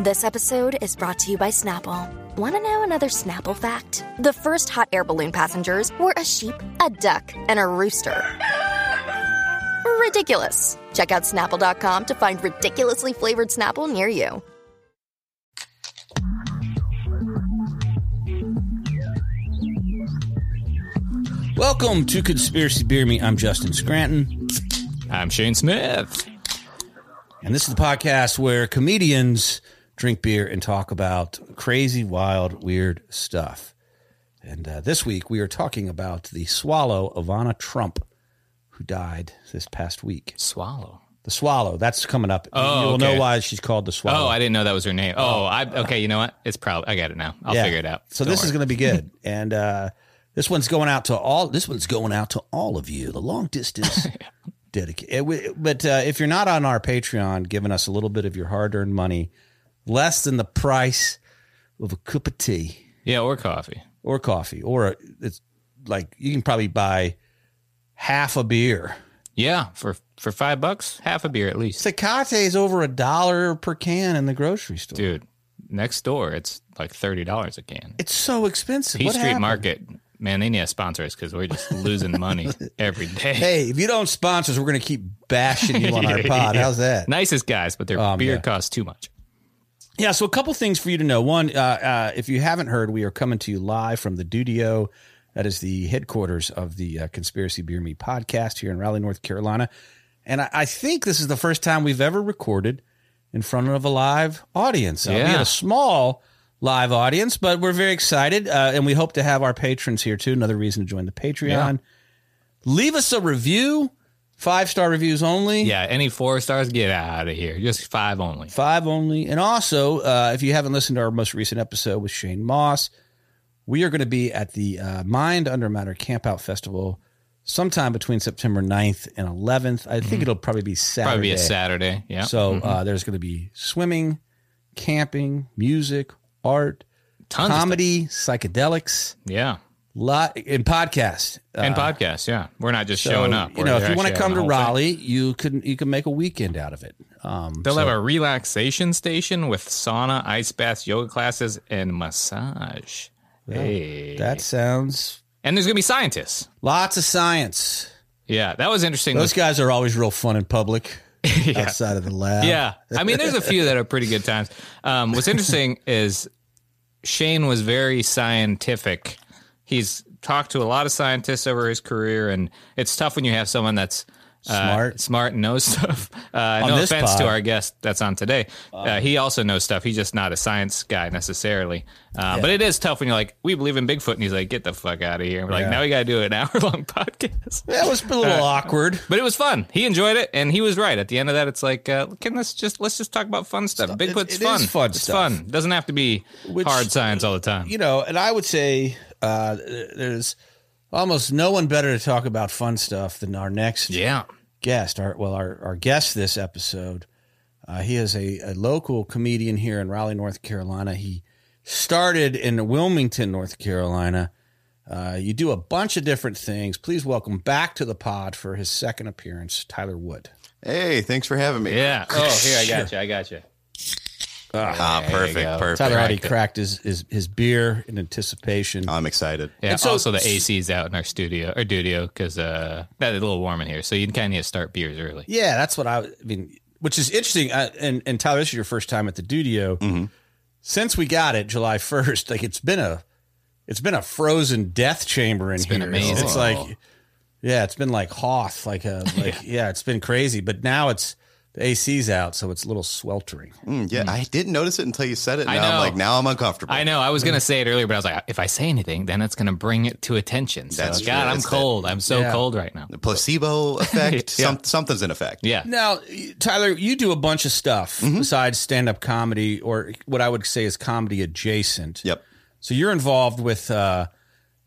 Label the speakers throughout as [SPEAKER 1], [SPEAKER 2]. [SPEAKER 1] This episode is brought to you by Snapple. Want to know another Snapple fact? The first hot air balloon passengers were a sheep, a duck, and a rooster. Ridiculous. Check out snapple.com to find ridiculously flavored Snapple near you.
[SPEAKER 2] Welcome to Conspiracy Beer Me. I'm Justin Scranton,
[SPEAKER 3] I'm Shane Smith.
[SPEAKER 2] and this is the podcast where comedians drink beer and talk about crazy, wild, weird stuff. And uh, this week we are talking about the swallow Ivana Trump, who died this past week.
[SPEAKER 3] Swallow.
[SPEAKER 2] The swallow that's coming up.
[SPEAKER 3] Oh,
[SPEAKER 2] you'll
[SPEAKER 3] okay.
[SPEAKER 2] know why she's called the swallow.
[SPEAKER 3] Oh, I didn't know that was her name. Oh, I okay. You know what? It's probably I got it now. I'll
[SPEAKER 2] Yeah.
[SPEAKER 3] figure it out.
[SPEAKER 2] So
[SPEAKER 3] Don't
[SPEAKER 2] this is
[SPEAKER 3] worry.
[SPEAKER 2] going to be good, and uh, this one's going out to all. This one's going out to all of you. The long distance dedicated. But uh, if you're not on our Patreon, giving us a little bit of your hard earned money, less than the price of a cup of tea
[SPEAKER 3] yeah, or coffee.
[SPEAKER 2] or coffee, or a, it's like you can probably buy half a beer.
[SPEAKER 3] Yeah, for for five bucks, half a beer at least,
[SPEAKER 2] Tecate is over a dollar per can in the grocery store.
[SPEAKER 3] dude. Next door, it's like thirty dollars a can.
[SPEAKER 2] It's so expensive.
[SPEAKER 3] P
[SPEAKER 2] What
[SPEAKER 3] Street
[SPEAKER 2] happened?
[SPEAKER 3] Market, man, they need to sponsor us because we're just losing money every day.
[SPEAKER 2] Hey, if you don't sponsor us, we're going to keep bashing you on our pod. How's that?
[SPEAKER 3] Nicest guys, but their
[SPEAKER 2] Um,
[SPEAKER 3] beer
[SPEAKER 2] yeah.
[SPEAKER 3] costs too much.
[SPEAKER 2] Yeah, so a couple things for you to know. One, uh, uh, if you haven't heard, we are coming to you live from the Dudio. That is the headquarters of the uh, Conspiracy Beer Me podcast here in Raleigh, North Carolina. And I, I think this is the first time we've ever recorded in front of a live audience. Uh, We
[SPEAKER 3] Yeah.
[SPEAKER 2] had a small live audience, but we're very excited. Uh, and we hope to have our patrons here too. Another reason to join the Patreon.
[SPEAKER 3] Yeah.
[SPEAKER 2] Leave us a review, five star reviews only.
[SPEAKER 3] Yeah, any four stars, get out of here. Just five only.
[SPEAKER 2] Five only. And also, uh, if you haven't listened to our most recent episode with Shane Moss, we are going to be at the uh, Mind Under Matter Campout Festival sometime between September 9th and 11th. I think it'll probably be Saturday.
[SPEAKER 3] Mm-hmm. Probably be a Saturday. Yeah. Mm-hmm.
[SPEAKER 2] So uh, there's going to be swimming, camping, music, art,
[SPEAKER 3] Tons of
[SPEAKER 2] comedy, psychedelics,
[SPEAKER 3] yeah.
[SPEAKER 2] lot, and podcast. Uh,
[SPEAKER 3] and podcasts. Yeah, we're not just
[SPEAKER 2] So,
[SPEAKER 3] showing up.
[SPEAKER 2] You
[SPEAKER 3] We're
[SPEAKER 2] know, if
[SPEAKER 3] actually
[SPEAKER 2] you want to
[SPEAKER 3] having
[SPEAKER 2] come
[SPEAKER 3] the
[SPEAKER 2] to
[SPEAKER 3] whole thing.
[SPEAKER 2] Raleigh, you can you can make a weekend out of it. Um,
[SPEAKER 3] they'll have a relaxation station with sauna, ice baths, yoga classes, and massage. hey,
[SPEAKER 2] that sounds
[SPEAKER 3] and there's gonna be scientists.
[SPEAKER 2] lots of science.
[SPEAKER 3] Yeah, that was interesting.
[SPEAKER 2] Those
[SPEAKER 3] with-
[SPEAKER 2] guys are always real fun in public
[SPEAKER 3] Yeah.
[SPEAKER 2] outside of the lab.
[SPEAKER 3] yeah, I mean, there's a few that are pretty good times. Um, what's interesting is Shane was very scientific. He's talked to a lot of scientists over his career, and it's tough when you have someone that's uh,
[SPEAKER 2] Smart.
[SPEAKER 3] smart, and knows stuff. Uh, no
[SPEAKER 2] this
[SPEAKER 3] offense to
[SPEAKER 2] pod.
[SPEAKER 3] our guest that's on today, uh, he also knows stuff. He's just not a science guy necessarily. Uh, But it is tough when you're like, we believe in Bigfoot, and he's like, get the fuck out of here. And we're
[SPEAKER 2] Yeah.
[SPEAKER 3] like, now we got to do an hour long podcast.
[SPEAKER 2] That was a
[SPEAKER 3] uh,
[SPEAKER 2] little awkward.
[SPEAKER 3] But it was fun. He enjoyed it, and he was right. At the end of that, it's like, uh, can let's just let's just talk about fun stuff. Bigfoot's
[SPEAKER 2] it is
[SPEAKER 3] fun.
[SPEAKER 2] fun
[SPEAKER 3] it's
[SPEAKER 2] stuff.
[SPEAKER 3] fun. Doesn't have to be
[SPEAKER 2] Which-
[SPEAKER 3] hard science all the time.
[SPEAKER 2] You know, and I would say uh, there's almost no one better to talk about fun stuff than our next
[SPEAKER 3] yeah,
[SPEAKER 2] guest. Our well, our, our guest this episode. Uh, he is a, a local comedian here in Raleigh, North Carolina. He started in Wilmington, North Carolina. Uh, you do a bunch of different things. Please welcome back to the pod for his second appearance, Tyler Wood.
[SPEAKER 4] Hey, thanks for having me.
[SPEAKER 3] yeah. Oh, here I got you. I got you. There
[SPEAKER 4] Ah,
[SPEAKER 3] you go.
[SPEAKER 4] perfect, perfect.
[SPEAKER 2] Tyler already
[SPEAKER 3] Cracked it.
[SPEAKER 2] cracked his, his his beer in anticipation.
[SPEAKER 4] I'm excited.
[SPEAKER 3] Yeah.
[SPEAKER 2] And so-
[SPEAKER 3] also, the AC's out in our studio or studio because uh, that is a little warm in here, so you kind of need to start beers early.
[SPEAKER 2] Yeah, that's what I, I mean. Which is interesting. I, and and Tyler, this is your first time at the Dudio. Since we got it July first, like it's been a it's been a frozen death chamber in
[SPEAKER 3] been
[SPEAKER 2] here.
[SPEAKER 3] amazing.
[SPEAKER 2] It's like yeah, it's been like Hoth, like a like yeah. it's been crazy. But now it's the AC's out, so it's a little sweltering.
[SPEAKER 4] Mm, yeah, I didn't notice it until you said it. Now
[SPEAKER 3] I
[SPEAKER 4] I
[SPEAKER 3] know.
[SPEAKER 4] am like, now I'm uncomfortable.
[SPEAKER 3] I know. I was
[SPEAKER 4] Mm.
[SPEAKER 3] gonna say it earlier, but I was like, if I say anything, then it's gonna bring it to attention. So,
[SPEAKER 4] That's true.
[SPEAKER 3] God, I'm
[SPEAKER 4] It's that-
[SPEAKER 3] cold. I'm so
[SPEAKER 2] Yeah.
[SPEAKER 3] cold right now.
[SPEAKER 4] The placebo effect.
[SPEAKER 3] Yeah.
[SPEAKER 4] some, something's in effect.
[SPEAKER 3] Yeah.
[SPEAKER 2] Now, Tyler, you do a bunch of stuff besides stand up comedy, or what I would say is comedy adjacent.
[SPEAKER 4] Yep.
[SPEAKER 2] So you're involved with uh,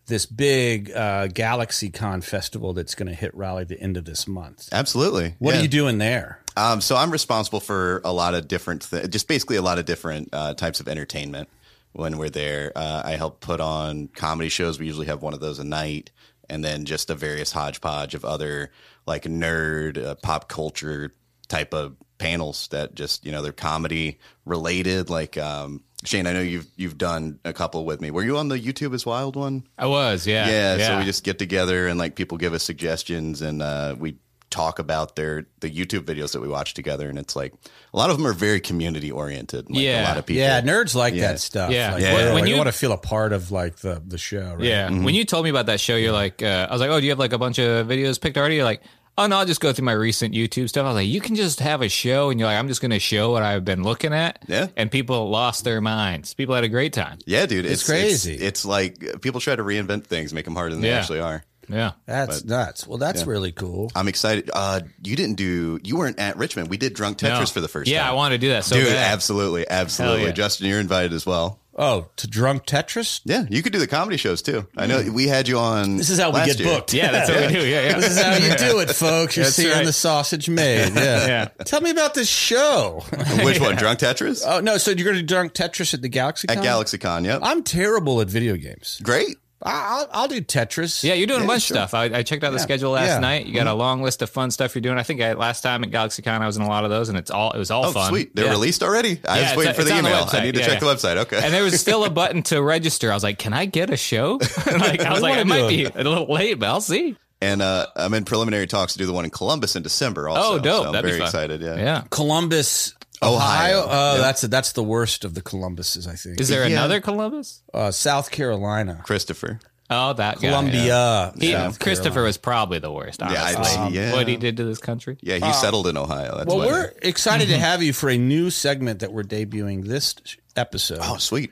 [SPEAKER 2] this big uh, GalaxyCon festival that's going to hit Raleigh the end of this month.
[SPEAKER 4] Absolutely.
[SPEAKER 2] What
[SPEAKER 4] Yeah.
[SPEAKER 2] are you doing there?
[SPEAKER 4] Um, so I'm responsible for a lot of different, th- just basically a lot of different uh, types of entertainment when we're there. Uh, I help put on comedy shows. We usually have one of those a night, and then just a various hodgepodge of other like nerd, uh, pop culture type of panels that just you know they're comedy related. Like um, Shane, I know you've you've done a couple with me. Were you on the YouTube is Wild one?
[SPEAKER 3] I was, yeah,
[SPEAKER 4] yeah, so we just get together and like people give us suggestions and uh, we talk about their the YouTube videos that we watch together and it's like a lot of them are very community oriented. Like
[SPEAKER 3] Yeah.
[SPEAKER 4] a lot of people.
[SPEAKER 2] Yeah, nerds like
[SPEAKER 4] Yeah.
[SPEAKER 2] that stuff.
[SPEAKER 3] Yeah.
[SPEAKER 2] like,
[SPEAKER 3] Yeah.
[SPEAKER 2] When,
[SPEAKER 3] When
[SPEAKER 2] you
[SPEAKER 3] you-
[SPEAKER 2] want to feel a part of like the the show. Right?
[SPEAKER 3] Yeah.
[SPEAKER 4] Mm-hmm.
[SPEAKER 3] When you told me about that show, you're like, uh, I was like, oh, do you have like a bunch of videos picked already? You're like, oh, no, I'll just go through my recent YouTube stuff. I was like, you can just have a show and you're like, I'm just going to show what I've been looking at.
[SPEAKER 4] Yeah.
[SPEAKER 3] And people lost their minds. People had a great time.
[SPEAKER 4] Yeah, dude, it's,
[SPEAKER 2] crazy.
[SPEAKER 4] It's, it's like people try to reinvent things, make them harder than they
[SPEAKER 3] Yeah.
[SPEAKER 4] actually are.
[SPEAKER 3] Yeah.
[SPEAKER 2] that's nuts. Well, that's really cool.
[SPEAKER 4] I'm excited. Uh, you didn't do. You weren't at Richmond. We did Drunk Tetris
[SPEAKER 3] No.
[SPEAKER 4] for the first
[SPEAKER 3] yeah,
[SPEAKER 4] time.
[SPEAKER 3] I want to do that. So
[SPEAKER 4] dude,
[SPEAKER 3] bad.
[SPEAKER 4] absolutely, absolutely.
[SPEAKER 3] Hell yeah.
[SPEAKER 4] Justin, you're invited as well.
[SPEAKER 2] Oh, to drunk Tetris.
[SPEAKER 4] Yeah, you could do the comedy shows too. I know
[SPEAKER 3] Mm.
[SPEAKER 4] we had you on.
[SPEAKER 2] This is how we
[SPEAKER 4] last
[SPEAKER 2] get
[SPEAKER 4] year.
[SPEAKER 2] booked.
[SPEAKER 3] Yeah, that's what we do. Yeah, yeah.
[SPEAKER 2] This is how you do it, folks. You're
[SPEAKER 3] That's
[SPEAKER 2] seeing
[SPEAKER 3] right.
[SPEAKER 2] the sausage made. Yeah.
[SPEAKER 3] Yeah.
[SPEAKER 2] Tell me about this show.
[SPEAKER 4] Which one? Drunk Tetris
[SPEAKER 2] oh no, so you're going to drunk Tetris at the Galaxy?
[SPEAKER 4] at GalaxyCon. Yep.
[SPEAKER 2] I'm terrible at video games.
[SPEAKER 4] Great.
[SPEAKER 2] I, I'll, I'll do Tetris.
[SPEAKER 3] Yeah, you're doing
[SPEAKER 4] Yeah,
[SPEAKER 3] a bunch
[SPEAKER 4] sure.
[SPEAKER 3] of stuff. I, I checked out the schedule last
[SPEAKER 2] Yeah.
[SPEAKER 3] night. You got a long list of fun stuff you're doing. I think I, last time at GalaxyCon, I was in a lot of those, and it's all it was all
[SPEAKER 4] Oh,
[SPEAKER 3] fun.
[SPEAKER 4] sweet. They're
[SPEAKER 3] Yeah.
[SPEAKER 4] released already.
[SPEAKER 3] Yeah,
[SPEAKER 4] I was
[SPEAKER 3] it's-
[SPEAKER 4] waiting for the
[SPEAKER 3] it's on the
[SPEAKER 4] email. I
[SPEAKER 3] website.
[SPEAKER 4] need to
[SPEAKER 3] Yeah,
[SPEAKER 4] check the
[SPEAKER 3] yeah.
[SPEAKER 4] website. Okay.
[SPEAKER 3] and there was still a button to register. I was like, "Can I get a show?" like I was like, "It might be a little late, but I'll see."
[SPEAKER 4] and uh, I'm in preliminary talks to do the one in Columbus in December. Also.
[SPEAKER 3] oh, dope!
[SPEAKER 4] So I'm
[SPEAKER 3] That'd
[SPEAKER 4] very
[SPEAKER 3] be fun.
[SPEAKER 4] excited. Yeah.
[SPEAKER 3] yeah.
[SPEAKER 2] Columbus,
[SPEAKER 4] Ohio.
[SPEAKER 2] Ohio. Oh,
[SPEAKER 4] Yeah.
[SPEAKER 2] that's that's the worst of the Columbuses, I think.
[SPEAKER 3] Is there
[SPEAKER 4] Yeah.
[SPEAKER 3] another Columbus?
[SPEAKER 2] uh, South Carolina,
[SPEAKER 4] Christopher.
[SPEAKER 3] Oh, that guy, yeah.
[SPEAKER 2] Columbia.
[SPEAKER 3] He,
[SPEAKER 2] South
[SPEAKER 3] Christopher was probably the worst.
[SPEAKER 4] Yeah, I'd
[SPEAKER 3] Honestly,
[SPEAKER 4] say, yeah.
[SPEAKER 3] what he did to this country.
[SPEAKER 4] Yeah, he settled in Ohio. That's
[SPEAKER 2] Um, Well,
[SPEAKER 4] why.
[SPEAKER 2] we're excited to have you for a new segment that we're debuting this sh- episode.
[SPEAKER 4] oh, sweet.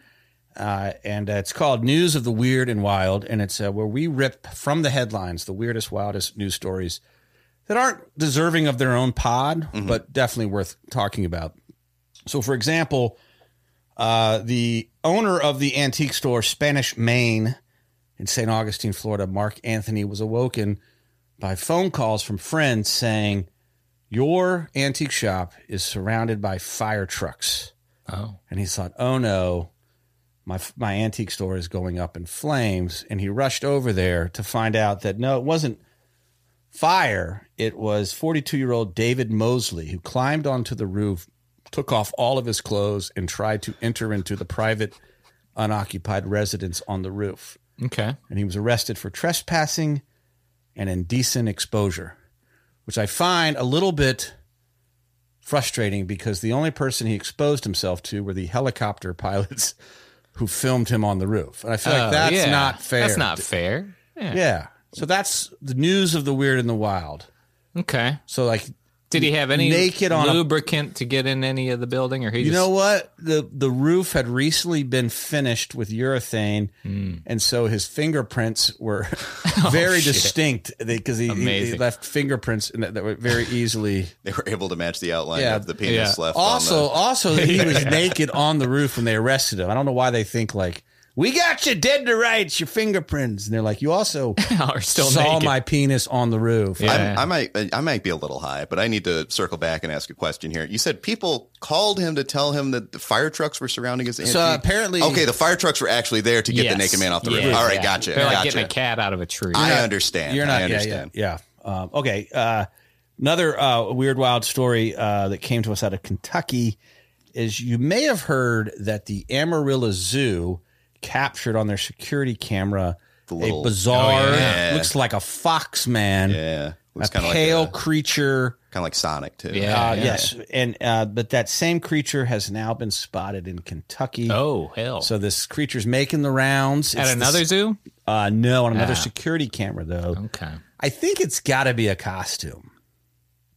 [SPEAKER 2] Uh, and uh, it's called News of the Weird and Wild. And it's uh, where we rip from the headlines the weirdest, wildest news stories that aren't deserving of their own pod, but definitely worth talking about. So, for example, uh, the owner of the antique store Spanish Main in St. Augustine, Florida, Mark Anthony, was awoken by phone calls from friends saying, Your antique shop is surrounded by fire trucks.
[SPEAKER 3] Oh,
[SPEAKER 2] And he thought, oh no, my, my antique store is going up in flames. And he rushed over there to find out that no, it wasn't fire. It was 42 year old David Mosley who climbed onto the roof, took off all of his clothes, and tried to enter into the private, unoccupied residence on the roof.
[SPEAKER 3] okay.
[SPEAKER 2] And he was arrested for trespassing and indecent exposure, which I find a little bit frustrating because the only person he exposed himself to were the helicopter pilots who filmed him on the roof. And I feel
[SPEAKER 3] Oh,
[SPEAKER 2] like that's
[SPEAKER 3] yeah.
[SPEAKER 2] not fair.
[SPEAKER 3] That's not fair. Yeah.
[SPEAKER 2] Yeah. So that's the news of the weird and the wild.
[SPEAKER 3] Okay.
[SPEAKER 2] So like
[SPEAKER 3] Did he have any
[SPEAKER 2] Naked on a-
[SPEAKER 3] lubricant to get in any of the building, or he?
[SPEAKER 2] you
[SPEAKER 3] just,
[SPEAKER 2] know what? The the roof had recently been finished with urethane
[SPEAKER 3] Hmm.
[SPEAKER 2] and so his fingerprints were very distinct because he, he, he
[SPEAKER 3] Oh, Amazing.
[SPEAKER 2] left fingerprints that, that were very easily
[SPEAKER 4] They were able to match the outline
[SPEAKER 2] Yeah.
[SPEAKER 4] of the penis
[SPEAKER 3] Yeah.
[SPEAKER 4] left. on
[SPEAKER 2] Also,
[SPEAKER 4] the-
[SPEAKER 2] also that he was naked on the roof when they arrested him. I don't know why they think like we got you dead to rights, your fingerprints, and they're like, you also
[SPEAKER 3] are still
[SPEAKER 2] saw
[SPEAKER 3] naked.
[SPEAKER 2] my penis on the roof.
[SPEAKER 3] Yeah.
[SPEAKER 4] I'm- I might I might be a little high, but I need to circle back and ask a question here. You said people called him to tell him that the fire trucks were surrounding his.
[SPEAKER 2] So
[SPEAKER 4] antique-
[SPEAKER 2] apparently-
[SPEAKER 4] okay, the fire trucks were actually there to get
[SPEAKER 3] Yes.
[SPEAKER 4] the naked man off the roof.
[SPEAKER 3] Yeah.
[SPEAKER 4] All right,
[SPEAKER 3] Yeah.
[SPEAKER 4] gotcha.
[SPEAKER 3] They're like
[SPEAKER 4] gotcha.
[SPEAKER 3] getting a cat out of a tree.
[SPEAKER 4] I understand.
[SPEAKER 2] You're not.
[SPEAKER 4] I
[SPEAKER 2] yeah,
[SPEAKER 4] understand.
[SPEAKER 2] Yeah, yeah. Um, okay. Uh, another uh, weird, wild story uh, that came to us out of Kentucky is you may have heard that the Amarillo Zoo captured on their security camera
[SPEAKER 4] little-
[SPEAKER 2] a bizarre,
[SPEAKER 3] Oh,
[SPEAKER 4] yeah.
[SPEAKER 2] looks like a fox man,
[SPEAKER 4] Yeah.
[SPEAKER 2] a
[SPEAKER 4] Looks kind of like
[SPEAKER 2] pale
[SPEAKER 4] kind
[SPEAKER 2] creature.
[SPEAKER 4] of like Sonic too.
[SPEAKER 3] Yeah.
[SPEAKER 2] Uh, Yes, and uh, but that same creature has now been spotted in Kentucky.
[SPEAKER 3] oh hell!
[SPEAKER 2] So this creature's making the rounds
[SPEAKER 3] At
[SPEAKER 2] It's
[SPEAKER 3] another
[SPEAKER 2] this-
[SPEAKER 3] zoo?
[SPEAKER 2] uh, no, on another
[SPEAKER 3] Ah. Oh.
[SPEAKER 2] security camera though.
[SPEAKER 3] Okay.
[SPEAKER 2] I think it's got to be a costume.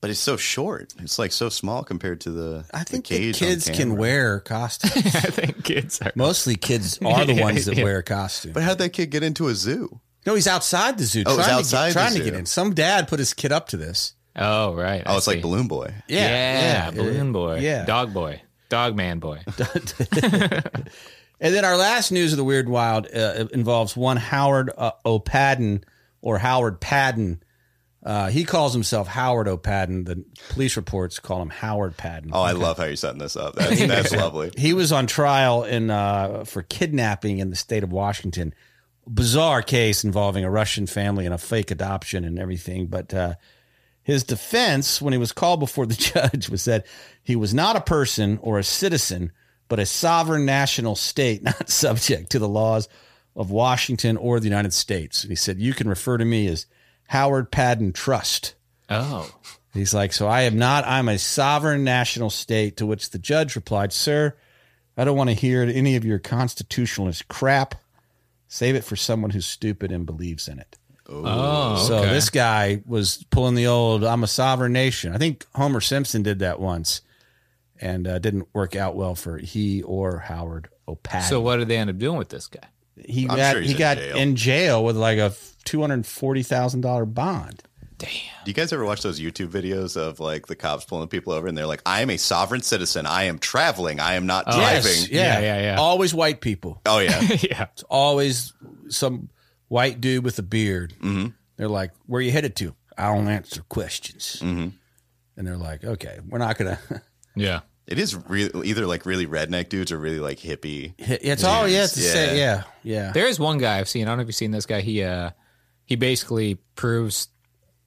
[SPEAKER 4] But it's so short. It's like so small compared to the.
[SPEAKER 2] I think
[SPEAKER 4] the
[SPEAKER 2] the
[SPEAKER 4] cage on
[SPEAKER 2] kids can
[SPEAKER 4] camera.
[SPEAKER 2] wear costumes.
[SPEAKER 3] I think kids are.
[SPEAKER 2] Mostly kids are the
[SPEAKER 3] Yeah,
[SPEAKER 2] ones that
[SPEAKER 3] yeah.
[SPEAKER 2] wear costumes.
[SPEAKER 4] But how'd that kid get into a zoo?
[SPEAKER 2] No, he's outside the zoo
[SPEAKER 4] Oh, he's
[SPEAKER 2] trying,
[SPEAKER 4] outside
[SPEAKER 2] to,
[SPEAKER 4] the
[SPEAKER 2] get, trying
[SPEAKER 4] zoo.
[SPEAKER 2] to get in. Some dad put his kid up to this.
[SPEAKER 3] Oh, right.
[SPEAKER 4] Oh,
[SPEAKER 3] I
[SPEAKER 4] it's like
[SPEAKER 3] see.
[SPEAKER 4] Balloon Boy.
[SPEAKER 3] Yeah, balloon boy.
[SPEAKER 2] Yeah.
[SPEAKER 3] Dog boy. Dog man boy.
[SPEAKER 2] And then our last news of the weird wild uh, involves one Howard uh, O'Padden or Howard Padden. Uh, he calls himself Howard O'Padden. The police reports call him Howard Padden.
[SPEAKER 4] Oh, I love how you're setting this up. That's, that's lovely.
[SPEAKER 2] He was on trial in uh, for kidnapping in the state of Washington. Bizarre case involving a Russian family and a fake adoption and everything. But uh, His defense, when he was called before the judge, was that he was not a person or a citizen, but a sovereign national state not subject to the laws of Washington or the United States. And he said, You can refer to me as Howard Padden Trust.
[SPEAKER 3] Oh,
[SPEAKER 2] He's like, So I am not, I'm a sovereign national state. To which the judge replied, Sir, I don't want to hear any of your constitutionalist crap. Save it for someone who's stupid and believes in it.
[SPEAKER 3] oh,
[SPEAKER 2] So this guy was pulling the old "I'm a sovereign nation." I think Homer Simpson did that once, and uh, didn't work out well for he or Howard O'Padden.
[SPEAKER 3] So what did they end up doing with this guy?
[SPEAKER 2] he
[SPEAKER 4] I'm
[SPEAKER 2] got
[SPEAKER 4] sure he's
[SPEAKER 2] he
[SPEAKER 4] in
[SPEAKER 2] got
[SPEAKER 4] jail.
[SPEAKER 2] in jail with like a two hundred forty thousand dollar bond.
[SPEAKER 3] Damn.
[SPEAKER 4] Do you guys ever watch those YouTube videos of like the cops pulling people over and they're like, I am a sovereign citizen. I am traveling. I am
[SPEAKER 2] Oh,
[SPEAKER 4] not driving.
[SPEAKER 2] yeah.
[SPEAKER 3] Yeah, yeah, yeah.
[SPEAKER 2] Always white people.
[SPEAKER 4] Oh, yeah.
[SPEAKER 3] yeah.
[SPEAKER 2] It's always some white dude with a beard. Mm-hmm. They're like, "Where you headed to?" I don't answer questions. And they're like, "Okay, we're not gonna."
[SPEAKER 3] Yeah.
[SPEAKER 4] it is really either like really redneck dudes or really like hippie.
[SPEAKER 2] it's all yeah, it's the
[SPEAKER 4] Yeah.
[SPEAKER 2] same. Yeah, yeah.
[SPEAKER 3] There is one guy I've seen. I don't know if you've seen this guy. He uh, he basically proves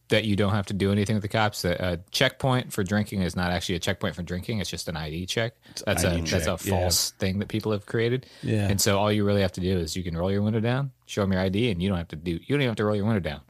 [SPEAKER 3] that you don't have to do anything with the cops. That a checkpoint for drinking is not actually a checkpoint for drinking. It's just an ID check. That's a that's a
[SPEAKER 2] check, yeah.
[SPEAKER 3] false thing that people have created.
[SPEAKER 2] Yeah.
[SPEAKER 3] And so all you really have to do is you can roll your window down, show them your ID, and you don't have to do you don't even have to roll your window down.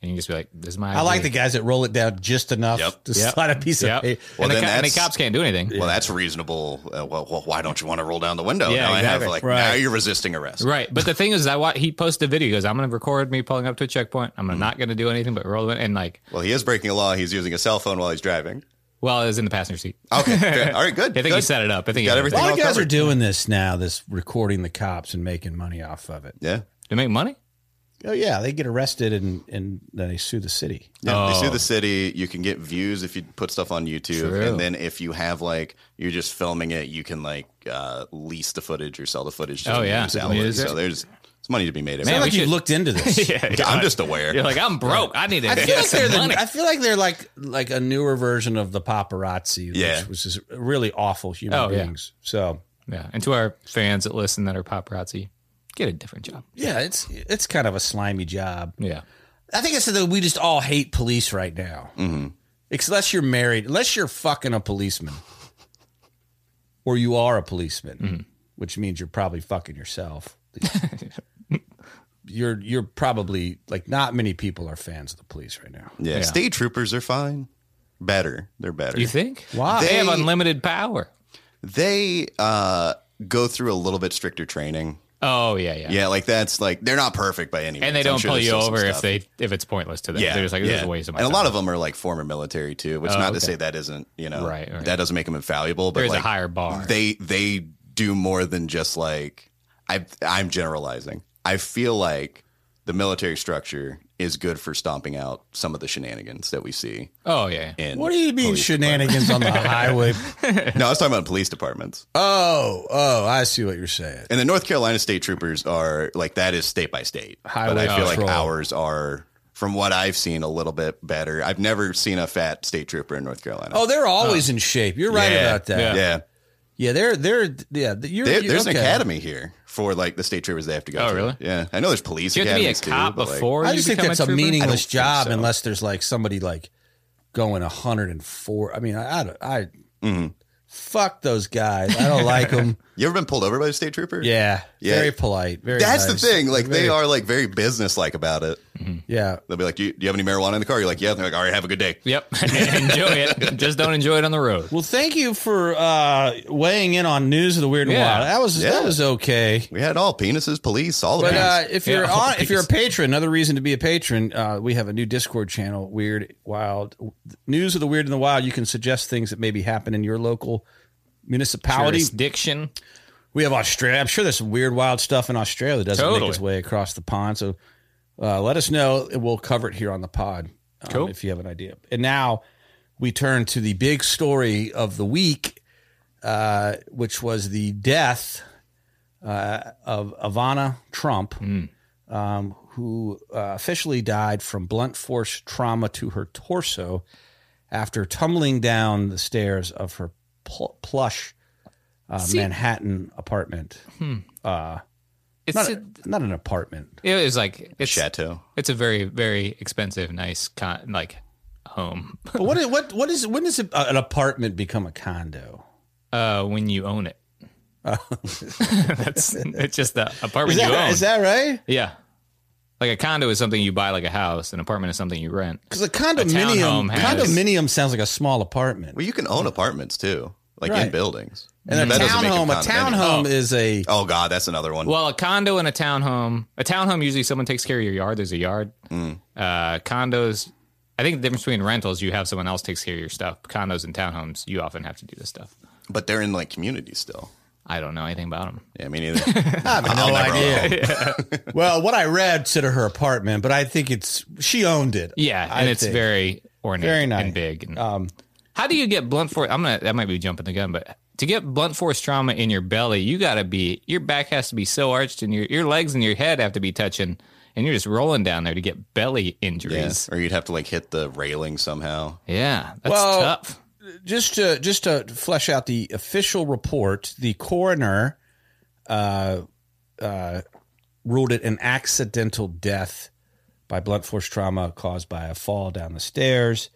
[SPEAKER 3] And you can just be like, "This is my."
[SPEAKER 2] I
[SPEAKER 3] ID.
[SPEAKER 2] like the guys that roll it down just enough
[SPEAKER 4] Yep.
[SPEAKER 2] to
[SPEAKER 3] Yep.
[SPEAKER 2] slide a piece
[SPEAKER 3] Yep.
[SPEAKER 2] of paper.
[SPEAKER 4] Well,
[SPEAKER 3] and, the
[SPEAKER 4] then
[SPEAKER 3] co- and the
[SPEAKER 4] that's-
[SPEAKER 3] cops can't do anything.
[SPEAKER 4] Well, that's reasonable. Uh, well, well, why don't you want to roll down the window?
[SPEAKER 3] Yeah,
[SPEAKER 4] now I have
[SPEAKER 3] exactly.
[SPEAKER 4] like,
[SPEAKER 2] Right.
[SPEAKER 4] now you're resisting arrest.
[SPEAKER 3] Right. But the thing is, I wa- he posted a video. He goes, I'm going to record me pulling up to a checkpoint. I'm not going to do anything but roll it. And like,
[SPEAKER 4] Well, he is breaking a law. He's using a cell phone while he's driving.
[SPEAKER 3] well, it was in the passenger seat.
[SPEAKER 4] Okay. fair. All right.
[SPEAKER 3] I
[SPEAKER 4] Good.
[SPEAKER 3] think he
[SPEAKER 4] good.
[SPEAKER 3] set it up. I think
[SPEAKER 4] got
[SPEAKER 3] he
[SPEAKER 2] A
[SPEAKER 4] everything.
[SPEAKER 2] lot
[SPEAKER 4] all
[SPEAKER 2] of guys
[SPEAKER 4] covered.
[SPEAKER 2] are doing this now. This recording the cops and making money off of it.
[SPEAKER 4] Yeah.
[SPEAKER 3] To make money?
[SPEAKER 2] Oh yeah, they get arrested and and then they sue the city.
[SPEAKER 4] Yeah, They
[SPEAKER 3] Oh.
[SPEAKER 4] sue the city. You can get views if you put stuff on YouTube,
[SPEAKER 3] True.
[SPEAKER 4] and then if you have like you're just filming it, you can like uh, lease the footage or sell the footage. To
[SPEAKER 3] Oh,
[SPEAKER 4] a
[SPEAKER 3] yeah.
[SPEAKER 4] news
[SPEAKER 3] To the
[SPEAKER 4] outlet.
[SPEAKER 3] news.
[SPEAKER 4] so there's it's money to be made.
[SPEAKER 2] I feel
[SPEAKER 4] Every
[SPEAKER 3] Man,
[SPEAKER 2] like
[SPEAKER 3] we
[SPEAKER 2] you've
[SPEAKER 3] should-
[SPEAKER 2] looked into this.
[SPEAKER 4] I'm just aware.
[SPEAKER 3] You're like, I'm broke. I need to
[SPEAKER 2] I
[SPEAKER 3] get
[SPEAKER 2] feel like
[SPEAKER 3] some
[SPEAKER 2] they're the,
[SPEAKER 3] money.
[SPEAKER 2] I feel like they're like like a newer version of the paparazzi,
[SPEAKER 4] Yeah.
[SPEAKER 2] which was just really awful human
[SPEAKER 3] Oh, yeah.
[SPEAKER 2] beings. So
[SPEAKER 3] yeah. And to our fans that listen that are paparazzi, get a different job.
[SPEAKER 2] yeah, it's it's kind of a slimy job.
[SPEAKER 3] Yeah.
[SPEAKER 2] I think it's that we just all hate police right now. Mm-hmm. Unless you're married, unless you're fucking a policeman, or you are a policeman,
[SPEAKER 3] Mm-hmm.
[SPEAKER 2] which means you're probably fucking yourself. you're you're probably like not many people are fans of the police right now.
[SPEAKER 4] yeah. state troopers are fine. Better, they're better.
[SPEAKER 3] You think?
[SPEAKER 2] Why?
[SPEAKER 3] They, have
[SPEAKER 4] They-
[SPEAKER 3] unlimited power.
[SPEAKER 4] they uh, go through a little bit stricter training.
[SPEAKER 3] Oh, yeah, yeah.
[SPEAKER 4] Yeah, like that's like they're not perfect by any means.
[SPEAKER 3] And they
[SPEAKER 4] I'm
[SPEAKER 3] don't
[SPEAKER 4] sure
[SPEAKER 3] pull
[SPEAKER 4] there's
[SPEAKER 3] you
[SPEAKER 4] still some
[SPEAKER 3] over if
[SPEAKER 4] stuff.
[SPEAKER 3] they if it's pointless to them.
[SPEAKER 4] Yeah,
[SPEAKER 3] They're just like, this
[SPEAKER 4] yeah.
[SPEAKER 3] is a waste of my
[SPEAKER 4] and a
[SPEAKER 3] time.
[SPEAKER 4] lot of them are like former military too, which not to say that isn't you know
[SPEAKER 3] Oh, Right, right.
[SPEAKER 4] that doesn't make them infallible, but
[SPEAKER 3] There's
[SPEAKER 4] like,
[SPEAKER 3] a higher bar.
[SPEAKER 4] They they do more than just like I I'm generalizing. I feel like the military structure is good for stomping out some of the shenanigans that we see.
[SPEAKER 3] oh, yeah. yeah.
[SPEAKER 4] In
[SPEAKER 2] What do you mean
[SPEAKER 4] police
[SPEAKER 2] shenanigans on the highway?
[SPEAKER 4] departments. No, I was talking about police departments.
[SPEAKER 2] Oh, oh, I see what you're saying.
[SPEAKER 4] And the North Carolina state troopers are like that is state by state.
[SPEAKER 2] Highway
[SPEAKER 4] but I feel
[SPEAKER 2] patrol.
[SPEAKER 4] like ours are from what I've seen a little bit better. I've never seen a fat state trooper in North Carolina.
[SPEAKER 2] Oh, they're always in shape. You're right
[SPEAKER 4] Yeah,
[SPEAKER 2] about that.
[SPEAKER 4] yeah.
[SPEAKER 2] Yeah, they're they're yeah. You're,
[SPEAKER 4] There-
[SPEAKER 2] you're-
[SPEAKER 4] there's an
[SPEAKER 2] okay.
[SPEAKER 4] academy here for like the state troopers they have to go.
[SPEAKER 3] Oh,
[SPEAKER 4] through.
[SPEAKER 3] really?
[SPEAKER 4] Yeah, I know there's police.
[SPEAKER 3] Do you have to be a
[SPEAKER 4] academies
[SPEAKER 3] cop
[SPEAKER 4] too, but, like,
[SPEAKER 3] before
[SPEAKER 2] I
[SPEAKER 3] you
[SPEAKER 2] just think
[SPEAKER 3] become
[SPEAKER 2] that's
[SPEAKER 3] a
[SPEAKER 2] a,
[SPEAKER 3] trooper?
[SPEAKER 2] meaningless
[SPEAKER 4] I don't
[SPEAKER 2] job
[SPEAKER 4] think so.
[SPEAKER 2] unless there's like somebody like going 104. I mean, I, I, don't- I
[SPEAKER 4] Mm-hmm.
[SPEAKER 2] fuck those guys. I don't like them.
[SPEAKER 4] you ever been pulled over by a state trooper?
[SPEAKER 2] Yeah,
[SPEAKER 4] Yeah.
[SPEAKER 2] very polite. Very.
[SPEAKER 4] That's
[SPEAKER 2] nice.
[SPEAKER 4] the thing. Like
[SPEAKER 2] Very-
[SPEAKER 4] they are like very businesslike about it.
[SPEAKER 2] Yeah.
[SPEAKER 4] They'll be like, do you, "Do you have any marijuana in the car?" You're like, "Yeah." They're like, "All right, have a good day."
[SPEAKER 3] Yep. enjoy it. Just don't enjoy it on the road.
[SPEAKER 2] Well, thank you for uh, weighing in on news of the weird and
[SPEAKER 3] Yeah.
[SPEAKER 2] wild. That was
[SPEAKER 4] Yeah.
[SPEAKER 2] that was okay.
[SPEAKER 4] We had all penises, police, all of
[SPEAKER 2] But uh,
[SPEAKER 4] it.
[SPEAKER 2] if
[SPEAKER 3] Yeah,
[SPEAKER 2] you're
[SPEAKER 3] all
[SPEAKER 2] on,
[SPEAKER 3] the
[SPEAKER 2] if you're a
[SPEAKER 3] pieces.
[SPEAKER 2] patron, another reason to be a patron, uh, we have a new Discord channel, Weird Wild News of the Weird and the Wild. You can suggest things that maybe happen in your local municipality.
[SPEAKER 3] Jurisdiction.
[SPEAKER 2] We have Australia. I'm sure there's some weird, wild stuff in Australia that doesn't
[SPEAKER 3] Totally.
[SPEAKER 2] make its way across the pond. So uh, let us know. and We'll cover it here on the pod um,
[SPEAKER 3] Cool.
[SPEAKER 2] if you have an idea. And now we turn to the big story of the week, uh, which was the death uh, of Ivana Trump, um, who uh, officially died from blunt force trauma to her torso after tumbling down the stairs of her pl- plush uh, Manhattan apartment.
[SPEAKER 3] It's
[SPEAKER 2] Not,
[SPEAKER 3] a-
[SPEAKER 2] not an apartment.
[SPEAKER 3] It was like it's
[SPEAKER 4] Chateau.
[SPEAKER 3] It's a very very expensive, nice con- like home
[SPEAKER 2] But what is, what what is when does a, an apartment become a condo?
[SPEAKER 3] uh, when you own it. That's it's just the
[SPEAKER 2] Oh. Is
[SPEAKER 3] apartment you
[SPEAKER 2] that,
[SPEAKER 3] own.
[SPEAKER 2] is that right?
[SPEAKER 3] yeah, like a condo is something you buy, like a house. An apartment is something you rent.
[SPEAKER 2] Because a
[SPEAKER 3] townhome
[SPEAKER 2] condominium
[SPEAKER 3] has-
[SPEAKER 2] condominium sounds like a small apartment,
[SPEAKER 4] Well, you can own apartments too, like
[SPEAKER 2] Right.
[SPEAKER 4] in buildings.
[SPEAKER 2] and a
[SPEAKER 4] That doesn't make
[SPEAKER 2] townhome a
[SPEAKER 4] condominium.
[SPEAKER 2] townhome is a
[SPEAKER 4] Oh god, that's another one.
[SPEAKER 3] Well, a condo and a townhome. A townhome usually someone takes care of your yard. There's a yard.
[SPEAKER 2] Mm.
[SPEAKER 3] Uh, condos. I think the difference between rentals, you have someone else takes care of your stuff. Condos and townhomes, you often have to do this stuff.
[SPEAKER 4] but they're in like communities still.
[SPEAKER 3] I don't know anything about them.
[SPEAKER 4] Yeah, me neither. I have
[SPEAKER 2] no idea. well, what I read said of her apartment, but I think it's she owned it. Um,
[SPEAKER 3] Yeah, and
[SPEAKER 2] I
[SPEAKER 3] it's
[SPEAKER 2] think.
[SPEAKER 3] very ornate,
[SPEAKER 2] Very nice.
[SPEAKER 3] and big. And, how do you get blunt force? I'm gonna. That might be jumping the gun, but to get blunt force trauma in your belly, you gotta be. Your back has to be so arched, and your your legs and your head have to be touching, and you're just rolling down there to get belly
[SPEAKER 4] Yeah.
[SPEAKER 3] injuries.
[SPEAKER 4] Or you'd have to like hit the railing somehow.
[SPEAKER 3] Yeah, that's
[SPEAKER 2] Well,
[SPEAKER 3] tough.
[SPEAKER 2] just to just to flesh out the official report, the coroner uh, uh, ruled it an accidental death by blunt force trauma caused by a fall down the stairs.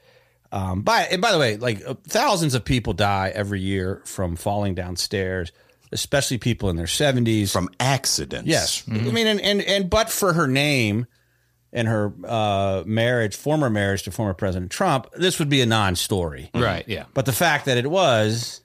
[SPEAKER 2] Um, by and by the way, like uh, thousands of people die every year from falling downstairs, especially people in their seventies.
[SPEAKER 4] From accidents.
[SPEAKER 2] Yes, I mean, and, and and but for her name and her uh, marriage, former marriage to former President Trump, this would be a non-story.
[SPEAKER 3] Right? Yeah.
[SPEAKER 2] But the fact that it was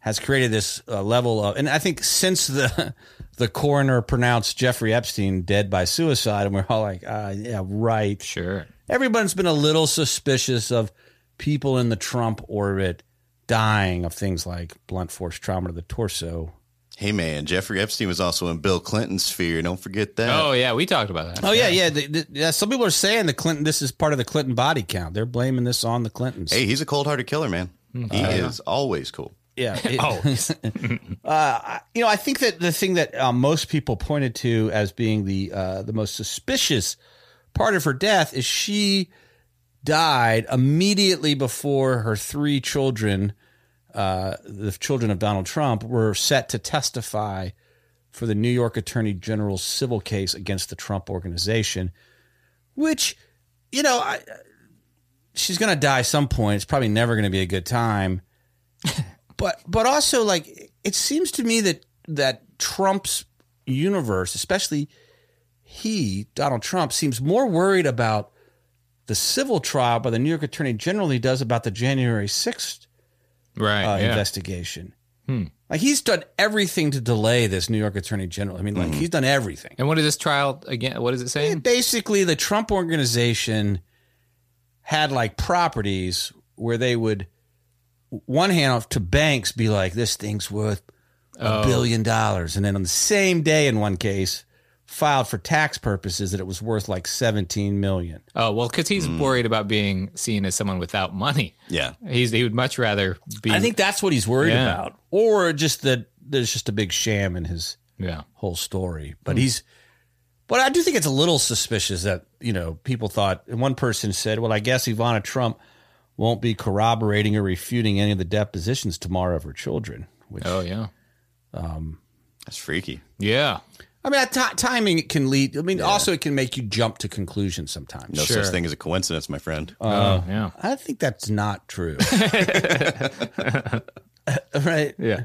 [SPEAKER 2] has created this uh, level of, and I think since the the coroner pronounced Jeffrey Epstein dead by suicide, and we're all like, uh, yeah, right.
[SPEAKER 3] Sure.
[SPEAKER 2] Everyone's been a little suspicious of people in the Trump orbit dying of things like blunt force trauma to the torso.
[SPEAKER 4] Hey man, Jeffrey Epstein was also in Bill Clinton's sphere. Don't forget that.
[SPEAKER 3] Oh yeah, we talked about that.
[SPEAKER 2] Uh, Oh yeah, yeah. The, the, yeah some people are saying the Clinton. This is part of the Clinton body count. They're blaming this on the Clintons.
[SPEAKER 4] Hey, he's a cold hearted killer, man. He
[SPEAKER 2] Mm-hmm. Uh-huh.
[SPEAKER 4] is always cool.
[SPEAKER 2] Yeah. uh, you know, I think that the thing that uh, most people pointed to as being the uh, the most suspicious part of her death is she died immediately before her three children, uh, the children of Donald Trump, were set to testify for the New York Attorney General's civil case against the Trump organization, which, you know, I, uh, she's going to die some point. It's probably never going to be a good time but but also like it seems to me that that Trump's universe, especially he Donald Trump, seems more worried about the civil trial by the New York Attorney General than he does about the January sixth
[SPEAKER 3] Right.
[SPEAKER 2] uh,
[SPEAKER 3] yeah.
[SPEAKER 2] investigation. Like he's done everything to delay this New York Attorney General. I mean, like he's done everything.
[SPEAKER 3] and what is this trial again? What is it
[SPEAKER 2] And
[SPEAKER 3] saying?
[SPEAKER 2] basically, the Trump organization had like properties where they would one hand off to banks be like, this thing's worth a billion dollars. And then on the same day, in one case, filed for tax purposes that it was worth like 17 million.
[SPEAKER 3] Oh well, because
[SPEAKER 2] Mm.
[SPEAKER 3] he's worried about being seen as someone without money.
[SPEAKER 4] Yeah.
[SPEAKER 3] He's he would much rather be.
[SPEAKER 2] I think that's what he's worried
[SPEAKER 3] Yeah.
[SPEAKER 2] about. Or just that there's just a big sham in his
[SPEAKER 3] Yeah.
[SPEAKER 2] whole story. But he's, but I do think it's a little suspicious that you know people thought. And one person said, "Well, I guess Ivana Trump won't be corroborating or refuting any of the depositions tomorrow of her children." Which
[SPEAKER 3] Oh yeah.
[SPEAKER 4] That's freaky.
[SPEAKER 3] Yeah.
[SPEAKER 2] I mean, t- timing it can lead. I mean, also it can make you jump to conclusions sometimes.
[SPEAKER 4] No
[SPEAKER 3] Sure.
[SPEAKER 4] such thing as a coincidence, my friend.
[SPEAKER 2] Uh,
[SPEAKER 3] oh yeah.
[SPEAKER 2] I think that's not true. right?
[SPEAKER 3] Yeah.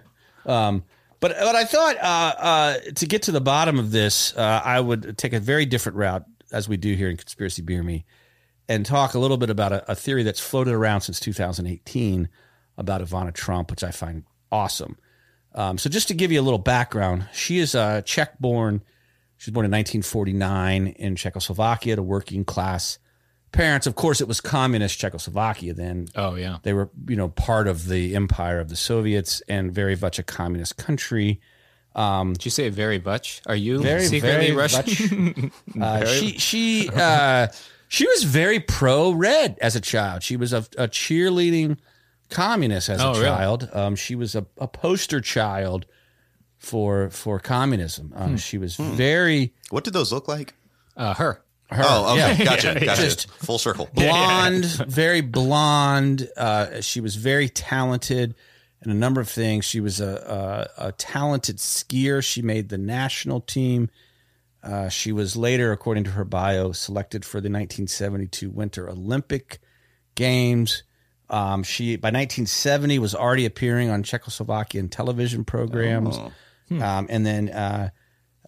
[SPEAKER 2] But but I thought uh, uh, to get to the bottom of this, uh, I would take a very different route as we do here in Conspiracy Beer Me, and talk a little bit about a, a theory that's floated around since 2018 about Ivana Trump, which I find awesome. Um, so just to give you a little background, she is a Czech born. She was born in 1949 in Czechoslovakia to working class parents. Of course, it was communist Czechoslovakia then.
[SPEAKER 3] Oh yeah.
[SPEAKER 2] They were, you know, part of the empire of the Soviets and very much a communist country.
[SPEAKER 3] Did you say very much? Are you
[SPEAKER 2] Very,
[SPEAKER 3] secretly
[SPEAKER 2] very
[SPEAKER 3] Russian?
[SPEAKER 2] Uh, she she uh, she was very pro red as a child. She was a, a cheerleading communist as a
[SPEAKER 3] Oh, really?
[SPEAKER 2] child. Um, she was a, a poster child for for communism.
[SPEAKER 3] Hmm.
[SPEAKER 2] Um, She was very
[SPEAKER 4] What did those look like?
[SPEAKER 3] uh, her.
[SPEAKER 4] Oh, okay.
[SPEAKER 2] yeah.
[SPEAKER 4] Gotcha. gotcha.
[SPEAKER 2] Just-
[SPEAKER 4] Full circle.
[SPEAKER 2] blonde, very blonde. Uh, she was very talented in a number of things. She was a, a, a talented skier. She made the national team. Uh, she was later, according to her bio, selected for the 1972 Winter Olympic games. Um, she by 1970 was already appearing on Czechoslovakian television programs, um, and then uh,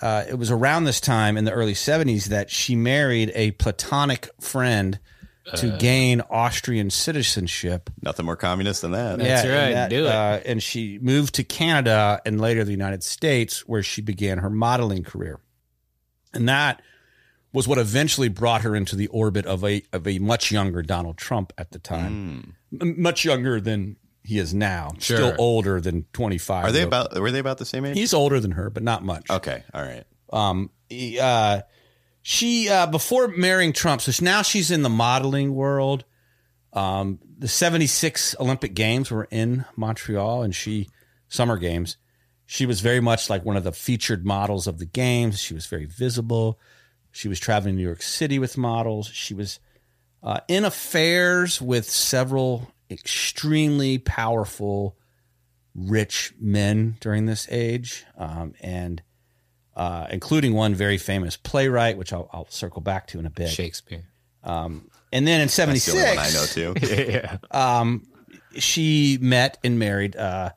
[SPEAKER 2] uh, it was around this time in the early 70s that she married a platonic friend
[SPEAKER 3] Uh,
[SPEAKER 2] to gain Austrian citizenship.
[SPEAKER 4] Nothing more communist than that.
[SPEAKER 3] That's
[SPEAKER 2] and
[SPEAKER 3] right. Do it.
[SPEAKER 2] Uh, and she moved to Canada and later the United States, where she began her modeling career. And that was what eventually brought her into the orbit of a of a much younger Donald Trump at the time, M- much younger than he is now, still
[SPEAKER 3] Hmm. Sure.
[SPEAKER 2] older than twenty five.
[SPEAKER 4] Are they about? Were they about the same age?
[SPEAKER 2] He's older than her, but not much.
[SPEAKER 4] okay, all right.
[SPEAKER 2] Um, he, uh, she uh, before marrying Trump, so now she's in the modeling world. Um, the '76 Olympic Games were in Montreal, and she Summer Games. She was very much like one of the featured models of the games. She was very visible. She was traveling to New York City with models. She was uh, in affairs with several extremely powerful, rich men during this age, um, and uh, including one very famous playwright, which I'll, I'll circle back to in a bit.
[SPEAKER 3] Shakespeare.
[SPEAKER 2] And then in
[SPEAKER 4] That's the
[SPEAKER 2] '76,
[SPEAKER 4] only one I know too.
[SPEAKER 2] she met and married uh,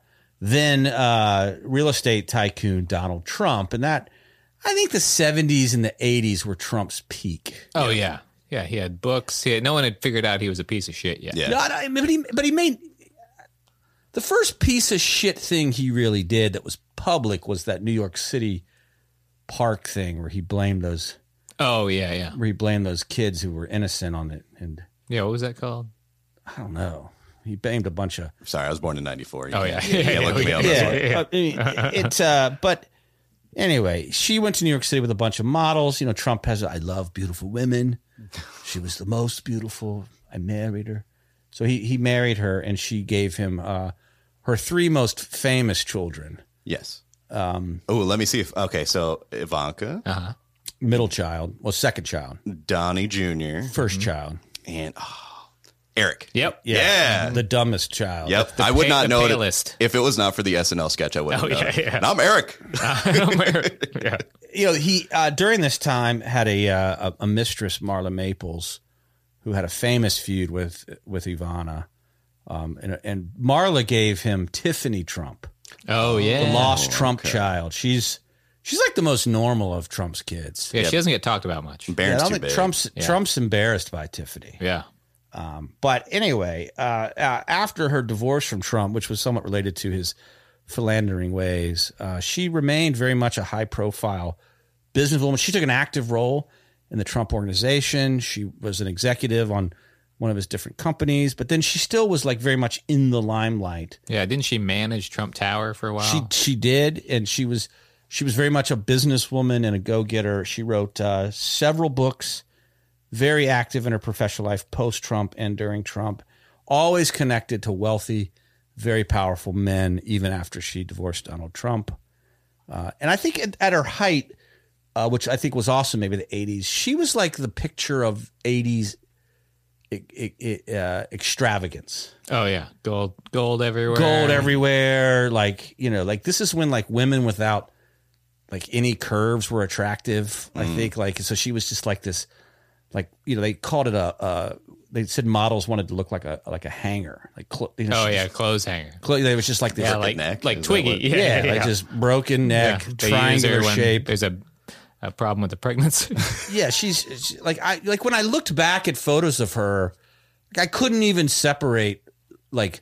[SPEAKER 2] then uh, real estate tycoon Donald Trump, and that I think the '70s and the '80s were Trump's peak.
[SPEAKER 3] Oh yeah, yeah. He had books. He had, no one had figured out he was a piece of shit yet.
[SPEAKER 4] Yeah.
[SPEAKER 2] No, I- I- but he but he made the first piece of shit thing he really did that was public was that New York City park thing where he blamed those
[SPEAKER 3] Oh yeah, yeah,
[SPEAKER 2] where he blamed those kids who were innocent on it, and
[SPEAKER 3] yeah. What was that called?
[SPEAKER 2] I don't know. He blamed a bunch of
[SPEAKER 4] Sorry, I was born in '94.
[SPEAKER 3] Oh yeah,
[SPEAKER 4] yeah, look me up.
[SPEAKER 2] yeah. Uh, I mean, it, uh, but anyway, she went to New York City with a bunch of models. You know, Trump has, a, I love beautiful women. She was the most beautiful. I married her. So he, he married her and she gave him uh, her three most famous children.
[SPEAKER 4] Yes. Um, oh, let me see if okay. So Ivanka,
[SPEAKER 3] Uh-huh.
[SPEAKER 2] Middle child, well, second child, 1st
[SPEAKER 4] Donnie Jr.,
[SPEAKER 2] child.
[SPEAKER 4] and oh, Eric.
[SPEAKER 3] Yep.
[SPEAKER 4] Yeah.
[SPEAKER 2] The dumbest child.
[SPEAKER 4] Yep.
[SPEAKER 3] The
[SPEAKER 4] I would
[SPEAKER 3] pa-
[SPEAKER 4] not
[SPEAKER 3] the
[SPEAKER 4] know it
[SPEAKER 3] palest.
[SPEAKER 4] if it was not for the SNL sketch. I wouldn't.
[SPEAKER 3] Oh,
[SPEAKER 4] know
[SPEAKER 3] yeah,
[SPEAKER 4] it.
[SPEAKER 3] yeah.
[SPEAKER 4] And I'm Eric.
[SPEAKER 3] yeah.
[SPEAKER 2] you know, he uh, during this time had a, uh, a a mistress, Marla Maples, who had a famous feud with with Ivana, um, and, and Marla gave him Tiffany Trump,
[SPEAKER 3] Oh yeah.
[SPEAKER 2] the lost Trump child. She's she's like the most normal of Trump's kids.
[SPEAKER 3] Yeah, she doesn't get talked about much.
[SPEAKER 2] Yeah, I
[SPEAKER 4] Baron's
[SPEAKER 2] don't
[SPEAKER 4] too
[SPEAKER 2] think
[SPEAKER 4] big.
[SPEAKER 2] Trump's Trump's embarrassed by Tiffany.
[SPEAKER 3] Yeah.
[SPEAKER 2] But anyway, uh, uh, after her divorce from Trump, which was somewhat related to his philandering ways, uh, she remained very much a high profile businesswoman. She took an active role in the Trump organization. She was an executive on one of his different companies, but then she still was like very much in the limelight.
[SPEAKER 3] Yeah. Didn't she manage Trump Tower for a while?
[SPEAKER 2] She she did, and she was she was very much a businesswoman and a go getter. She wrote uh, several books, very active in her professional life post Trump and during Trump, always connected to wealthy, very powerful men. Even after she divorced Donald Trump, uh, and I think at, at her height, uh, which I think was also maybe the '80s, she was like the picture of '80s. e- e- e- uh, extravagance
[SPEAKER 3] oh yeah. Gold. Gold everywhere.
[SPEAKER 2] gold everywhere. Like you know, like this is when like women without like any curves were attractive. I
[SPEAKER 3] Mm.
[SPEAKER 2] think like so she was just like this, like you know they called it a. Uh, they said models wanted to look like a like a hanger, like cl- you know,
[SPEAKER 3] Oh
[SPEAKER 2] she
[SPEAKER 3] yeah.
[SPEAKER 2] just-
[SPEAKER 3] Clothes hanger.
[SPEAKER 2] cl- they was just like this,
[SPEAKER 3] Yeah.
[SPEAKER 2] like,
[SPEAKER 3] Like
[SPEAKER 4] neck,
[SPEAKER 3] like
[SPEAKER 4] is that
[SPEAKER 3] Twiggy.
[SPEAKER 4] what-
[SPEAKER 3] Yeah.
[SPEAKER 2] yeah,
[SPEAKER 3] yeah.
[SPEAKER 2] like just broken neck,
[SPEAKER 3] Yeah, they use
[SPEAKER 2] triangular
[SPEAKER 3] her when
[SPEAKER 2] shape.
[SPEAKER 3] There's a, a problem with the pregnancy.
[SPEAKER 2] Yeah, she's she- like I like when I looked back at photos of her, I couldn't even separate like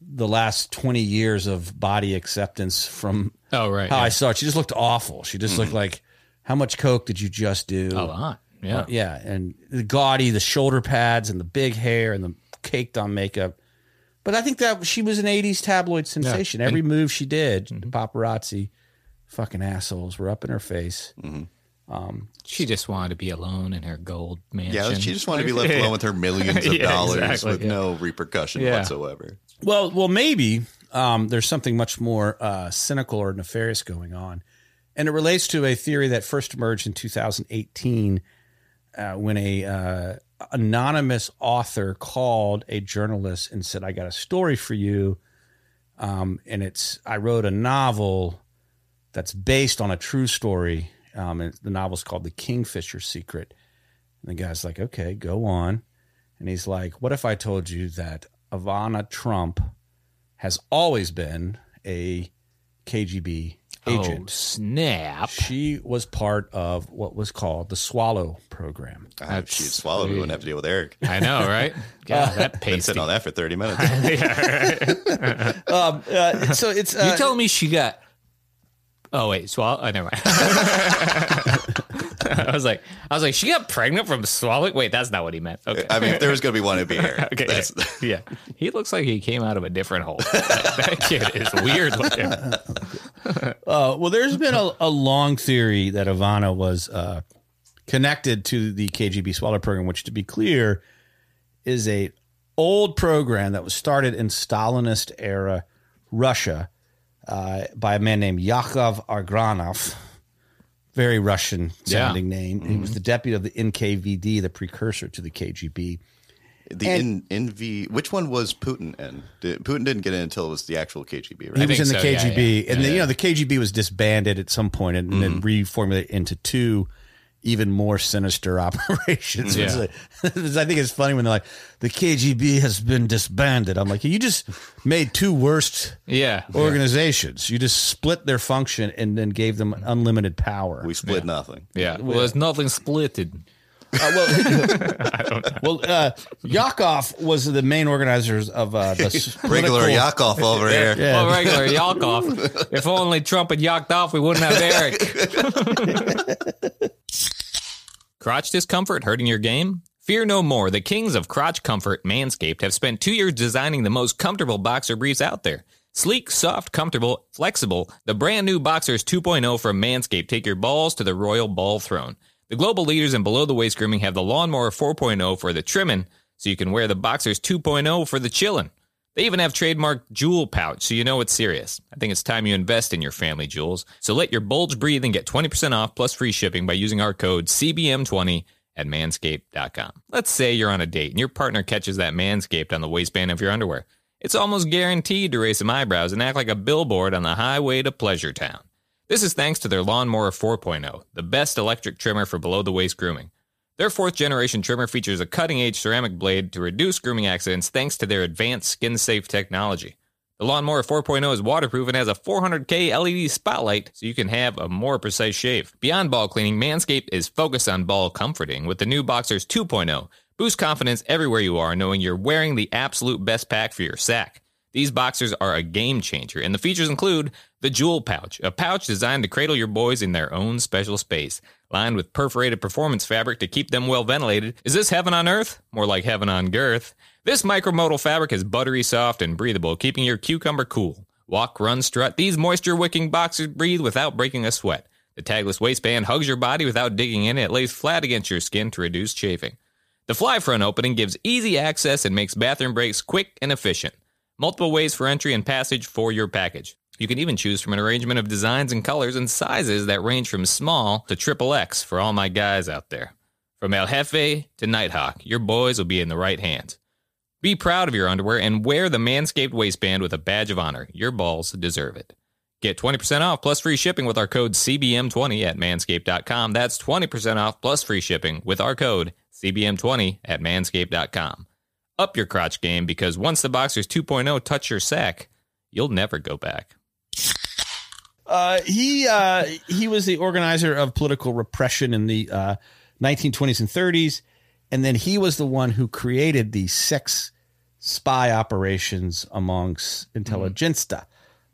[SPEAKER 2] the last twenty years of body acceptance from
[SPEAKER 3] oh right.
[SPEAKER 2] how
[SPEAKER 3] yeah.
[SPEAKER 2] I saw it. She just looked awful. She just looked like, how much coke did you just do?
[SPEAKER 3] a lot. Yeah.
[SPEAKER 2] Yeah, and the gaudy, the shoulder pads, and the big hair, and the caked on makeup. But I think that she was an '80s tabloid sensation. Every move she did, the paparazzi, fucking assholes, were up in her face.
[SPEAKER 3] She just wanted to be alone in her gold mansion.
[SPEAKER 4] Yeah, she just wanted to be left alone with her millions of
[SPEAKER 3] Yeah,
[SPEAKER 4] dollars
[SPEAKER 3] exactly,
[SPEAKER 4] with
[SPEAKER 3] yeah.
[SPEAKER 4] no repercussion
[SPEAKER 3] Yeah.
[SPEAKER 4] whatsoever.
[SPEAKER 2] Well, well, maybe um, there's something much more uh, cynical or nefarious going on, and it relates to a theory that first emerged in 2018 uh, when a uh, anonymous author called a journalist and said, "I got a story for you," um, and it's I wrote a novel that's based on a true story. Um, and the novel's called The Kingfisher Secret. And the guy's like, "Okay, go on." and he's like, "What if I told you that Ivana Trump has always been a KGB
[SPEAKER 3] Oh,
[SPEAKER 2] agent?
[SPEAKER 3] snap.
[SPEAKER 2] She was part of what was called the Swallow program."
[SPEAKER 4] Ah, if she had swallowed, we wouldn't have to deal with Eric.
[SPEAKER 3] I know, right? God, that
[SPEAKER 4] Been
[SPEAKER 3] pasty.
[SPEAKER 4] sitting on that for 30 minutes.
[SPEAKER 2] Um, uh, so it's uh,
[SPEAKER 3] You telling me she got? Oh wait, swallow. Oh, never mind. I was like, I was like, she got pregnant from swallowing. Wait, that's not what he meant. Okay,
[SPEAKER 4] I mean, if there was going to be one, it'd be Eric.
[SPEAKER 3] okay,
[SPEAKER 4] That's-
[SPEAKER 3] yeah. Yeah. He looks like he came out of a different hole. that, that kid is weird looking.
[SPEAKER 2] Uh, well, there's been a, a long theory that Ivana was uh, connected to the KGB Swallow program, which, to be clear, is a old program that was started in Stalinist era Russia uh, by a man named Yakov Argranov. Very Russian sounding name. He was the deputy of the NKVD, the precursor to the KGB.
[SPEAKER 4] The in, envy. Which one was Putin in? Did, Putin didn't get in until it was the actual KGB, right?
[SPEAKER 2] He
[SPEAKER 3] I
[SPEAKER 2] was in the
[SPEAKER 3] think so, yeah, Mm-hmm.
[SPEAKER 2] KGB, and then you know the KGB was disbanded at some point and, then reformulated into two even more sinister operations. It's
[SPEAKER 3] Yeah.
[SPEAKER 2] like- I think it's funny when they're like, "The KGB has been disbanded." I'm like, "You just made two worst
[SPEAKER 3] Yeah.
[SPEAKER 2] organizations. You just split their function and then gave them unlimited power."
[SPEAKER 4] We split nothing.
[SPEAKER 3] yeah. Well, it's nothing splitted.
[SPEAKER 2] Uh, well, well, uh, Yakov was the main organizers of uh, the s-
[SPEAKER 4] Regular
[SPEAKER 2] political-
[SPEAKER 4] Yakov over here.
[SPEAKER 2] Yeah.
[SPEAKER 3] Well, regular Yakov. If only Trump had yacked off, we wouldn't have Eric. crotch discomfort hurting your game? Fear no more. The kings of crotch comfort, Manscaped, have spent two years designing the most comfortable boxer briefs out there. Sleek, soft, comfortable, flexible, the brand new Boxers 2.0 from Manscaped take your balls to the royal ball throne. The global leaders in below the waist grooming have the Lawnmower 4.0 for the trimming, so you can wear the Boxers 2.0 for the chillin'. They even have trademarked Jewel Pouch, so you know it's serious. I think it's time you invest in your family jewels. So let your bulge breathe and get 20% off plus free shipping by using our code CBM20 at manscaped.com. Let's say you're on a date and your partner catches that manscaped on the waistband of your underwear. It's almost guaranteed to raise some eyebrows and act like a billboard on the highway to Pleasure Town. This is thanks to their Lawnmower 4.0, the best electric trimmer for below the waist grooming. Their fourth generation trimmer features a cutting edge ceramic blade to reduce grooming accidents thanks to their advanced skin safe technology. The Lawnmower 4.0 is waterproof and has a 400K LED E spotlight so you can have a more precise shave. Beyond ball cleaning, Manscaped is focused on ball comforting with the new Boxers 2.0. Boost confidence everywhere you are knowing you're wearing the absolute best pack for your sack. These boxers are a game changer, and the features include the Jewel Pouch, a pouch designed to cradle your boys in their own special space, lined with perforated performance fabric to keep them well ventilated. Is this heaven on earth? More like heaven on girth. This micromodal fabric is buttery soft and breathable, keeping your cucumber cool. Walk, run, strut. These moisture wicking boxers breathe without breaking a sweat. The tagless waistband hugs your body without digging in. It lays flat against your skin to reduce chafing. The fly front opening gives easy access and makes bathroom breaks quick and efficient. Multiple ways for entry and passage for your package. You can even choose from an arrangement of designs and colors and sizes that range from small to triple X for all my guys out there. From El Jefe to Nighthawk, your boys will be in the right hands. Be proud of your underwear and wear the Manscaped waistband with a badge of honor. Your balls deserve it. Get 20% off plus free shipping with our code CBM20 at manscaped.com. That's 20% off plus free shipping with our code CBM20 at manscaped.com. Up your crotch game because once the Boxers 2.0 touch your sack, you'll never go back.
[SPEAKER 2] Uh, he uh, he was the organizer of political repression in the uh, 1920s and 30s, and then he was the one who created the sex spy operations amongst intelligentsia,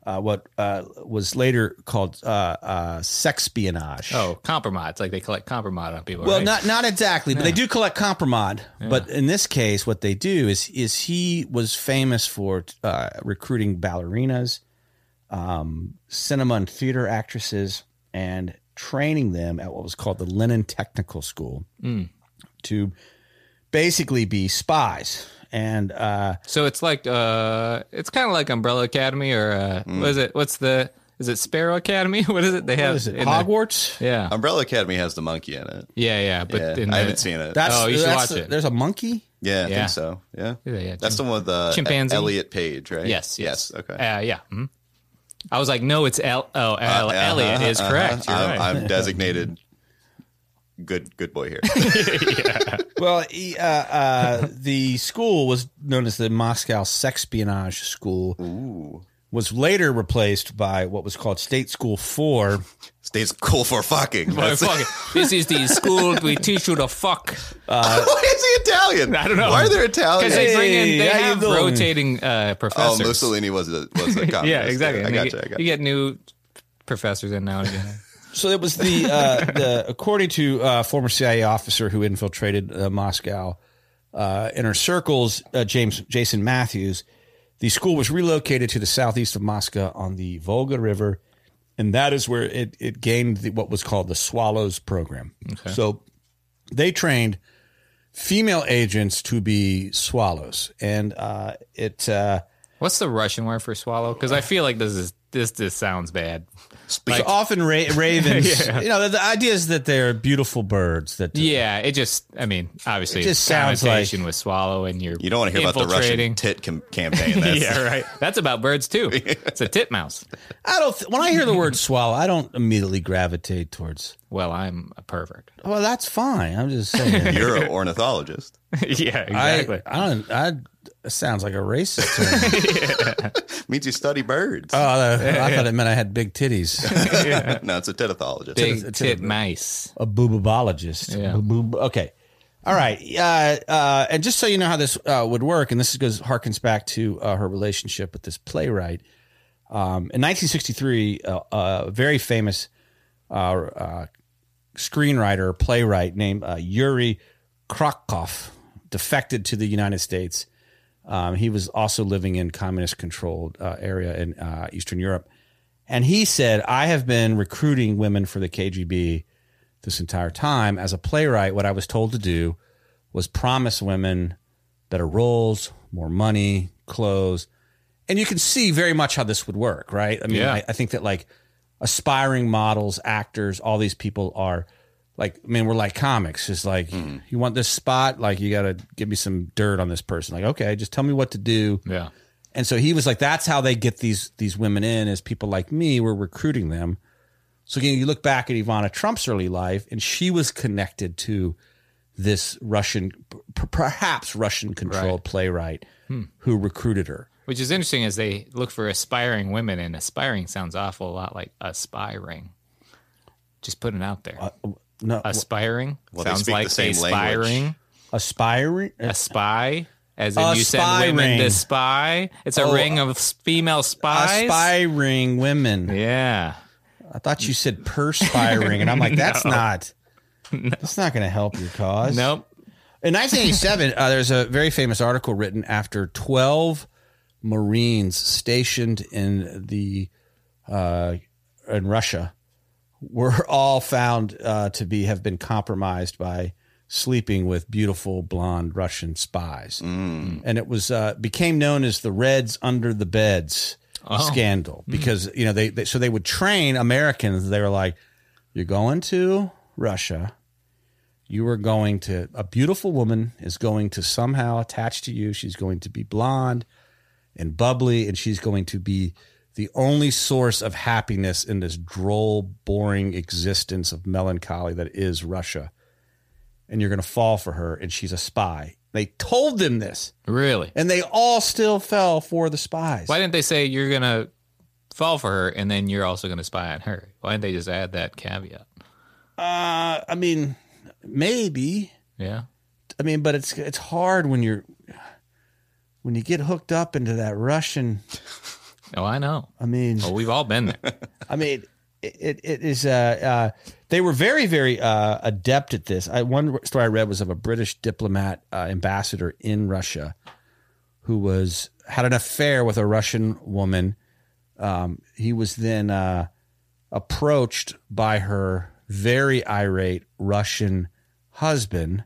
[SPEAKER 2] uh, what uh, was later called uh, uh, sex espionage.
[SPEAKER 3] Oh, compromise. Like they collect compromise on people.
[SPEAKER 2] Well,
[SPEAKER 3] right?
[SPEAKER 2] not not exactly, but they do collect compromod. But in this case, what they do is is he was famous for uh, recruiting ballerinas, um, cinema and theater actresses, and training them at what was called the Lennon Technical School
[SPEAKER 3] Hmm.
[SPEAKER 2] to basically be spies. And uh,
[SPEAKER 3] So it's like uh it's kind of like Umbrella Academy or uh
[SPEAKER 4] Mm.
[SPEAKER 3] what is it? What's the is it Sparrow Academy? What is it? They have
[SPEAKER 2] what is it
[SPEAKER 3] in the-
[SPEAKER 2] Hogwarts?
[SPEAKER 3] yeah.
[SPEAKER 4] Umbrella Academy has the monkey in it.
[SPEAKER 3] Yeah, yeah, but
[SPEAKER 4] Um, Yeah,
[SPEAKER 3] in the,
[SPEAKER 4] I haven't seen it.
[SPEAKER 2] That's,
[SPEAKER 3] Oh, you should
[SPEAKER 2] that's
[SPEAKER 3] watch
[SPEAKER 2] the-
[SPEAKER 3] it.
[SPEAKER 2] There's a monkey.
[SPEAKER 4] yeah, I
[SPEAKER 3] yeah.
[SPEAKER 4] think so. Yeah.
[SPEAKER 3] Yeah, yeah,
[SPEAKER 4] That's the one with the
[SPEAKER 3] Chimpanzee.
[SPEAKER 4] Elliot Page, right?
[SPEAKER 3] Yes, yes.
[SPEAKER 4] Okay.
[SPEAKER 3] Uh, yeah. mhm. I was like, no, it's El- oh, El-
[SPEAKER 4] Uh,
[SPEAKER 3] Elliot is
[SPEAKER 4] uh-huh,
[SPEAKER 3] correct. You're
[SPEAKER 4] I'm,
[SPEAKER 3] right.
[SPEAKER 4] I'm designated good good boy here.
[SPEAKER 2] Well, he, uh, uh, the school was known as the Moscow Sexpionage School. Was later replaced by what was called State School Four.
[SPEAKER 4] Stays cool for fucking.
[SPEAKER 3] Oh,
[SPEAKER 4] That's-
[SPEAKER 3] fuck it. This is the school we teach you to fuck.
[SPEAKER 4] Why is he Italian?
[SPEAKER 3] I don't know.
[SPEAKER 4] Why are there
[SPEAKER 3] Because
[SPEAKER 4] Italians?
[SPEAKER 3] they bring in, they
[SPEAKER 2] Hey, how you
[SPEAKER 3] have
[SPEAKER 2] doing?
[SPEAKER 3] rotating uh,
[SPEAKER 4] oh,
[SPEAKER 3] professors.
[SPEAKER 4] Mussolini was a was a communist.
[SPEAKER 3] yeah, exactly.
[SPEAKER 4] I
[SPEAKER 3] And
[SPEAKER 4] got
[SPEAKER 3] you,
[SPEAKER 4] you. I
[SPEAKER 3] get,
[SPEAKER 4] got
[SPEAKER 3] you
[SPEAKER 4] you.
[SPEAKER 3] get new professors in now and again.
[SPEAKER 2] So it was the, uh, the according to uh, former CIA officer who infiltrated uh, Moscow uh, inner circles, uh, James Jason Matthews. The school was relocated to the southeast of Moscow on the Volga River, and that is where it it gained the, what was called the Swallows program. So they trained female agents to be swallows, and uh, it. Uh,
[SPEAKER 3] What's the Russian word for swallow? Because I feel like this is this this sounds bad.
[SPEAKER 2] so often ra- ravens, you know, the, the idea is that they're beautiful birds that
[SPEAKER 3] Yeah, it just I mean obviously
[SPEAKER 2] It just sounds
[SPEAKER 3] connotation
[SPEAKER 2] like-
[SPEAKER 3] with swallow and you're
[SPEAKER 4] You don't want to hear about the Russian
[SPEAKER 3] infiltrating.
[SPEAKER 4] tit com- campaign. That's,
[SPEAKER 3] yeah, right. That's about birds too. It's a titmouse.
[SPEAKER 2] I don't. Th- when I hear the word swallow, I don't immediately gravitate towards.
[SPEAKER 3] Well, I'm a pervert.
[SPEAKER 2] Well, that's fine. I'm just saying.
[SPEAKER 4] You're an ornithologist.
[SPEAKER 3] yeah,
[SPEAKER 2] I, I don't. I it sounds like a racist. Term.
[SPEAKER 4] means you study birds.
[SPEAKER 2] oh, I thought it meant I had big titties.
[SPEAKER 4] no, it's a titologist.
[SPEAKER 3] Big tit mice.
[SPEAKER 2] A boobabologist.
[SPEAKER 3] Yeah.
[SPEAKER 2] Boob- okay. All right. Uh, uh, and just so you know how this uh, would work, and this goes harkens back to uh, her relationship with this playwright. Um, in 1963, uh, a very famous uh, uh, screenwriter, playwright named uh, Yuri Krakoff defected to the United States. Um, he was also living in communist-controlled uh, area in uh, Eastern Europe, and he said, "I have been recruiting women for the KGB this entire time as a playwright. What I was told to do was promise women better roles, more money, clothes, and you can see very much how this would work, right? I mean,
[SPEAKER 3] Yeah.
[SPEAKER 2] I, I think that like aspiring models, actors, all these people are." Like I mean, we're like comics. It's like you want this spot, like you got to give me some dirt on this person. Like, okay, just tell me what to do.
[SPEAKER 3] Yeah.
[SPEAKER 2] And so he was like, that's how they get these these women in is people like me were recruiting them. So again, you look back at Ivana Trump's early life, and she was connected to this Russian, p- perhaps Russian controlled playwright who recruited her.
[SPEAKER 3] Which is interesting as they look for aspiring women, and aspiring sounds awful a lot like aspiring. Just putting it out there.
[SPEAKER 2] No,
[SPEAKER 3] aspiring
[SPEAKER 4] Uh, they
[SPEAKER 3] sounds
[SPEAKER 4] speak the
[SPEAKER 3] like
[SPEAKER 4] same
[SPEAKER 3] aspiring.
[SPEAKER 4] language.
[SPEAKER 2] aspiring.
[SPEAKER 3] A spy, as in you send women
[SPEAKER 2] Aspiring.
[SPEAKER 3] to spy. It's
[SPEAKER 4] Oh,
[SPEAKER 3] a ring of s- female spies.
[SPEAKER 2] Aspiring women.
[SPEAKER 3] Yeah.
[SPEAKER 2] I thought you said perspiring, and I'm like, that's not. That's not going to help your cause.
[SPEAKER 3] Nope.
[SPEAKER 2] In 1987, uh, there's a very famous article written after 12 Marines stationed in the uh, in Russia were all found uh, to be have been compromised by sleeping with beautiful blonde Russian spies, and it was uh, became known as the Reds under the beds scandal because you know they, they so they would train Americans. They were like, "You're going to Russia." you are going to a beautiful woman is going to somehow attach to you she's going to be blonde and bubbly and she's going to be the only source of happiness in this droll boring existence of melancholy that is russia and you're going to fall for her and she's a spy they told them this
[SPEAKER 3] Really?
[SPEAKER 2] and they all still fell for the spies
[SPEAKER 3] Why didn't they say you're going to fall for her and then you're also going to spy on her? Why didn't they just add that caveat?
[SPEAKER 2] uh, i mean maybe
[SPEAKER 3] Yeah.
[SPEAKER 2] I mean, but it's it's hard when you're when you get hooked up into that Russian.
[SPEAKER 3] Oh, I know.
[SPEAKER 2] I mean,
[SPEAKER 3] Well, we've all been there.
[SPEAKER 2] I mean, it, it, it is. Uh, uh, they were very, very uh, adept at this. I, one story I read was of a British diplomat uh, ambassador in Russia who was had an affair with a Russian woman. Um, he was then uh, approached by her very irate Russian husband,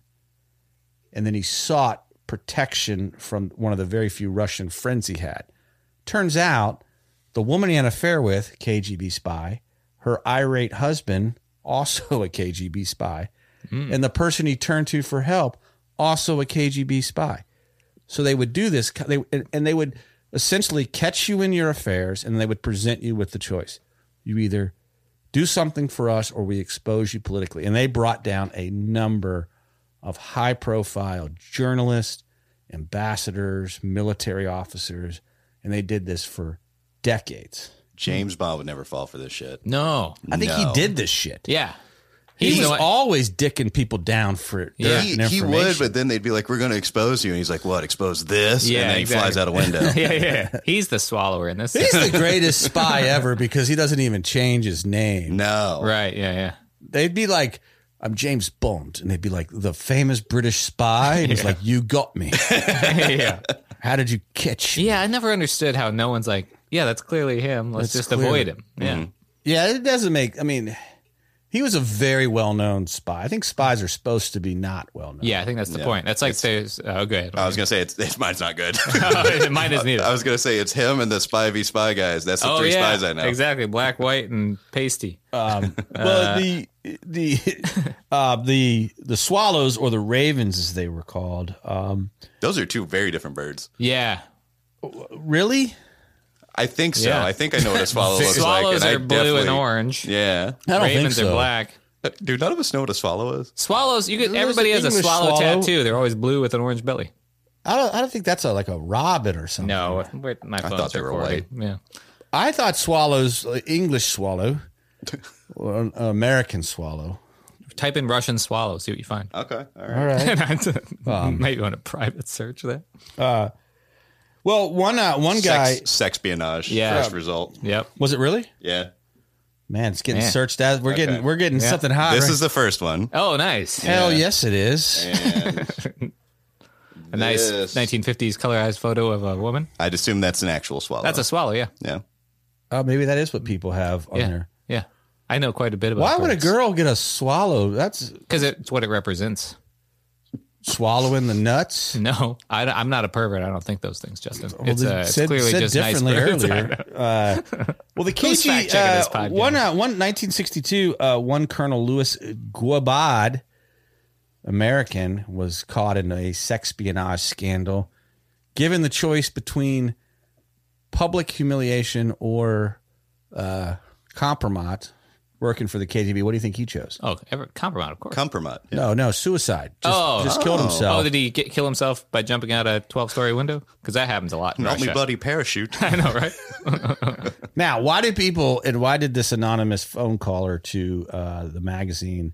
[SPEAKER 2] and then he sought protection from one of the very few Russian friends he had. Turns out the woman he had an affair with, KGB spy, her irate husband, also a KGB spy, and the person he turned to for help, also a KGB spy. So they would do this, they, and they would essentially catch you in your affairs, and they would present you with the choice. You either do something for us or we expose you politically. And they brought down a number of high profile journalists, ambassadors, military officers, and they did this for decades.
[SPEAKER 4] James Bond would never fall for this shit.
[SPEAKER 3] No.
[SPEAKER 2] I think
[SPEAKER 4] No.
[SPEAKER 2] he did this shit.
[SPEAKER 3] Yeah.
[SPEAKER 2] He
[SPEAKER 3] He's
[SPEAKER 2] was
[SPEAKER 3] the one-
[SPEAKER 2] always dicking people down for their
[SPEAKER 4] He, he
[SPEAKER 2] information.
[SPEAKER 4] would, but then they'd be like, "We're going to expose you," and he's like, "What? Expose this?"
[SPEAKER 3] Yeah,
[SPEAKER 4] and then
[SPEAKER 3] exactly.
[SPEAKER 4] he flies out a window.
[SPEAKER 3] yeah, yeah. He's the swallower in this.
[SPEAKER 2] He's the greatest spy ever because he doesn't even change his name.
[SPEAKER 4] No,
[SPEAKER 3] right. Yeah. Yeah.
[SPEAKER 2] They'd be like, I'm James Bond. And they'd be like, the famous British spy. And he's like, You got me.
[SPEAKER 3] yeah.
[SPEAKER 2] How did you catch? me?"
[SPEAKER 3] Yeah. I never understood how no one's like, yeah, that's clearly him. Let's
[SPEAKER 2] That's
[SPEAKER 3] just
[SPEAKER 2] clearly-
[SPEAKER 3] avoid him. Yeah.
[SPEAKER 4] Mm-hmm.
[SPEAKER 2] Yeah, it doesn't make. I mean, he was a very well known spy. I think spies are supposed to be not well known.
[SPEAKER 3] Yeah. I think that's the point. That's like, there's, oh, go ahead.
[SPEAKER 4] I was going to say it's, it's mine's not good.
[SPEAKER 3] Mine is Oh, neither.
[SPEAKER 4] I was going to say it's him and the spy v spy guys. That's the
[SPEAKER 3] Oh,
[SPEAKER 4] three
[SPEAKER 3] yeah.
[SPEAKER 4] spies I know.
[SPEAKER 3] Exactly. Black, white, and pasty.
[SPEAKER 2] Um, Uh, Well, the the uh, the the swallows or the ravens, as they were called. Um,
[SPEAKER 4] Those are two very different birds.
[SPEAKER 3] yeah.
[SPEAKER 2] really?
[SPEAKER 4] I think so.
[SPEAKER 3] Yeah.
[SPEAKER 4] I think I know what a swallow looks
[SPEAKER 3] Swallows
[SPEAKER 4] like.
[SPEAKER 3] are
[SPEAKER 4] I
[SPEAKER 3] blue and
[SPEAKER 4] definitely-
[SPEAKER 3] orange.
[SPEAKER 4] Yeah,
[SPEAKER 2] I don't
[SPEAKER 3] Ravens
[SPEAKER 2] think so.
[SPEAKER 3] are black.
[SPEAKER 4] dude. None of us know what a swallow is.
[SPEAKER 3] Swallows, you could, everybody
[SPEAKER 2] an
[SPEAKER 3] has a
[SPEAKER 2] English
[SPEAKER 3] swallow,
[SPEAKER 2] swallow.
[SPEAKER 3] tattoo. They're always blue with an orange belly.
[SPEAKER 2] I don't. I don't think that's a, like a robin or something.
[SPEAKER 3] No, wait, my phone's
[SPEAKER 4] thought they were
[SPEAKER 3] recording. Yeah.
[SPEAKER 2] I thought swallows uh, English swallow or an American swallow.
[SPEAKER 3] Type in Russian swallow, see what you find.
[SPEAKER 4] Okay, all right.
[SPEAKER 2] All right. Um,
[SPEAKER 3] Maybe on a private search that.
[SPEAKER 2] Uh, Well, one uh, one guy
[SPEAKER 4] Sex, sexpionage.
[SPEAKER 3] Yeah.
[SPEAKER 4] First result.
[SPEAKER 3] Yep.
[SPEAKER 2] was it really?
[SPEAKER 4] Yeah.
[SPEAKER 2] Man, it's getting
[SPEAKER 3] Man.
[SPEAKER 2] searched out. We're getting we're getting something
[SPEAKER 3] Ah,
[SPEAKER 2] hot.
[SPEAKER 4] This
[SPEAKER 2] right?
[SPEAKER 4] is the first one.
[SPEAKER 3] Oh, nice.
[SPEAKER 2] hell yes, it is.
[SPEAKER 3] A nice
[SPEAKER 4] Yes.
[SPEAKER 3] 1950s colorized photo of a woman.
[SPEAKER 4] I'd assume that's an actual swallow.
[SPEAKER 3] That's a swallow, yeah.
[SPEAKER 4] yeah.
[SPEAKER 2] Oh, maybe that is what people have on
[SPEAKER 3] Mm. Yeah.
[SPEAKER 2] there.
[SPEAKER 3] Yeah. I know quite a bit about
[SPEAKER 2] Why would a girl get a swallow? That's
[SPEAKER 3] Because it's what it represents.
[SPEAKER 2] swallowing the nuts.
[SPEAKER 3] No, I, am not a pervert. I don't think those things, Justin. uh, it's,
[SPEAKER 2] they
[SPEAKER 3] uh, it's clearly just nice birds.
[SPEAKER 2] earlier. Uh, well, the
[SPEAKER 3] Who's
[SPEAKER 2] KG
[SPEAKER 3] fact-checking this
[SPEAKER 2] uh,
[SPEAKER 3] podcast?
[SPEAKER 2] one uh, one 1962 uh, one Colonel Louis Guabad, American, was caught in a sexpionage scandal. Given the choice between public humiliation or uh, compromise, working for the KGB, what do you think he chose?
[SPEAKER 3] Oh, ever, compromise, of course.
[SPEAKER 4] Compromat. Yeah.
[SPEAKER 2] No, no, suicide. Just,
[SPEAKER 3] Oh.
[SPEAKER 2] just killed himself.
[SPEAKER 3] Oh, did he get, kill himself by jumping out a 12 story window? Because that happens a lot. In
[SPEAKER 4] Help me,
[SPEAKER 3] Russia.
[SPEAKER 4] buddy. Parachute.
[SPEAKER 3] I know, right?
[SPEAKER 2] Now, why did people and why did this anonymous phone caller to uh, the magazine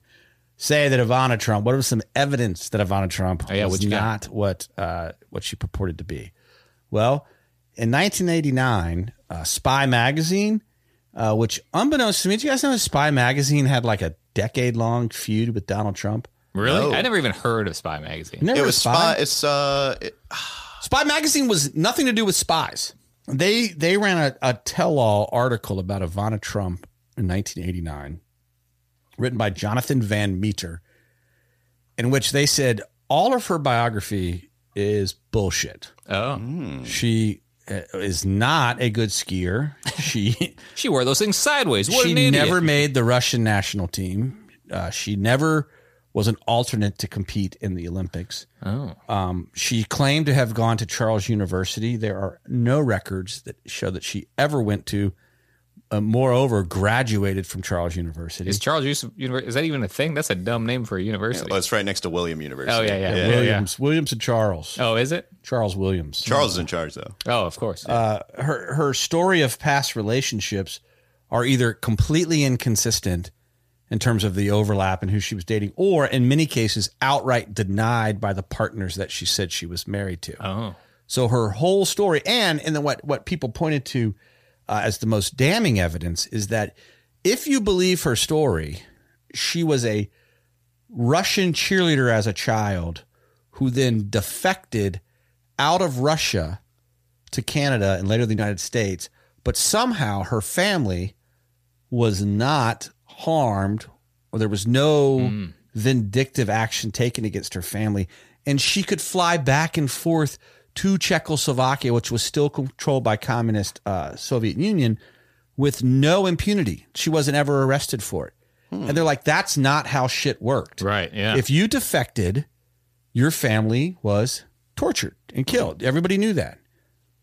[SPEAKER 2] say that Ivana Trump? What was some evidence that Ivana Trump
[SPEAKER 3] Oh, yeah,
[SPEAKER 2] was
[SPEAKER 3] what you got?
[SPEAKER 2] not what uh, what she purported to be? Well, in 1989, uh, Spy magazine, uh, which unbeknownst to me, do you guys know Spy magazine had like a decade long feud with Donald Trump?
[SPEAKER 3] Really?
[SPEAKER 4] No.
[SPEAKER 3] I never even heard of Spy Magazine.
[SPEAKER 2] Never
[SPEAKER 4] It was spy. It's uh. It,
[SPEAKER 2] Spy magazine was nothing to do with spies. They they ran a, a tell-all article about Ivana Trump in 1989, written by Jonathan Van Meter, in which they said all of her biography is bullshit.
[SPEAKER 3] Oh.
[SPEAKER 2] She uh, is not a good skier. She
[SPEAKER 3] She wore those things sideways. What an
[SPEAKER 2] she
[SPEAKER 3] idiot.
[SPEAKER 2] never made the Russian national team. Uh, she never was an alternate to compete in the Olympics.
[SPEAKER 3] Oh.
[SPEAKER 2] Um, she claimed to have gone to Charles University. There are no records that show that she ever went to. Uh, moreover, graduated from Charles University.
[SPEAKER 3] Is Charles Yusuf University? Is that even a thing? That's a dumb name for a university.
[SPEAKER 4] well, oh, it's right next to William University.
[SPEAKER 3] oh yeah, yeah, yeah, yeah.
[SPEAKER 2] Williams, Williams, and Charles.
[SPEAKER 3] Oh, is it?
[SPEAKER 2] Charles Williams.
[SPEAKER 4] Charles is in charge though.
[SPEAKER 3] Oh, of course.
[SPEAKER 2] her her story of past relationships are either completely inconsistent in terms of the overlap and who she was dating, or in many cases, outright denied by the partners that she said she was married to.
[SPEAKER 3] oh,
[SPEAKER 2] So her whole story, and and then what what people pointed to uh, as the most damning evidence is that if you believe her story, she was a Russian cheerleader as a child, who then defected out of Russia to Canada and later the United States. But somehow her family was not harmed, or there was no vindictive action taken against her family. And she could fly back and forth to Czechoslovakia, which was still controlled by communist uh, Soviet Union, with no impunity. She wasn't ever arrested for it. And they're like, that's not how shit worked.
[SPEAKER 3] right. Yeah.
[SPEAKER 2] If you defected, your family was tortured and killed. Everybody knew that.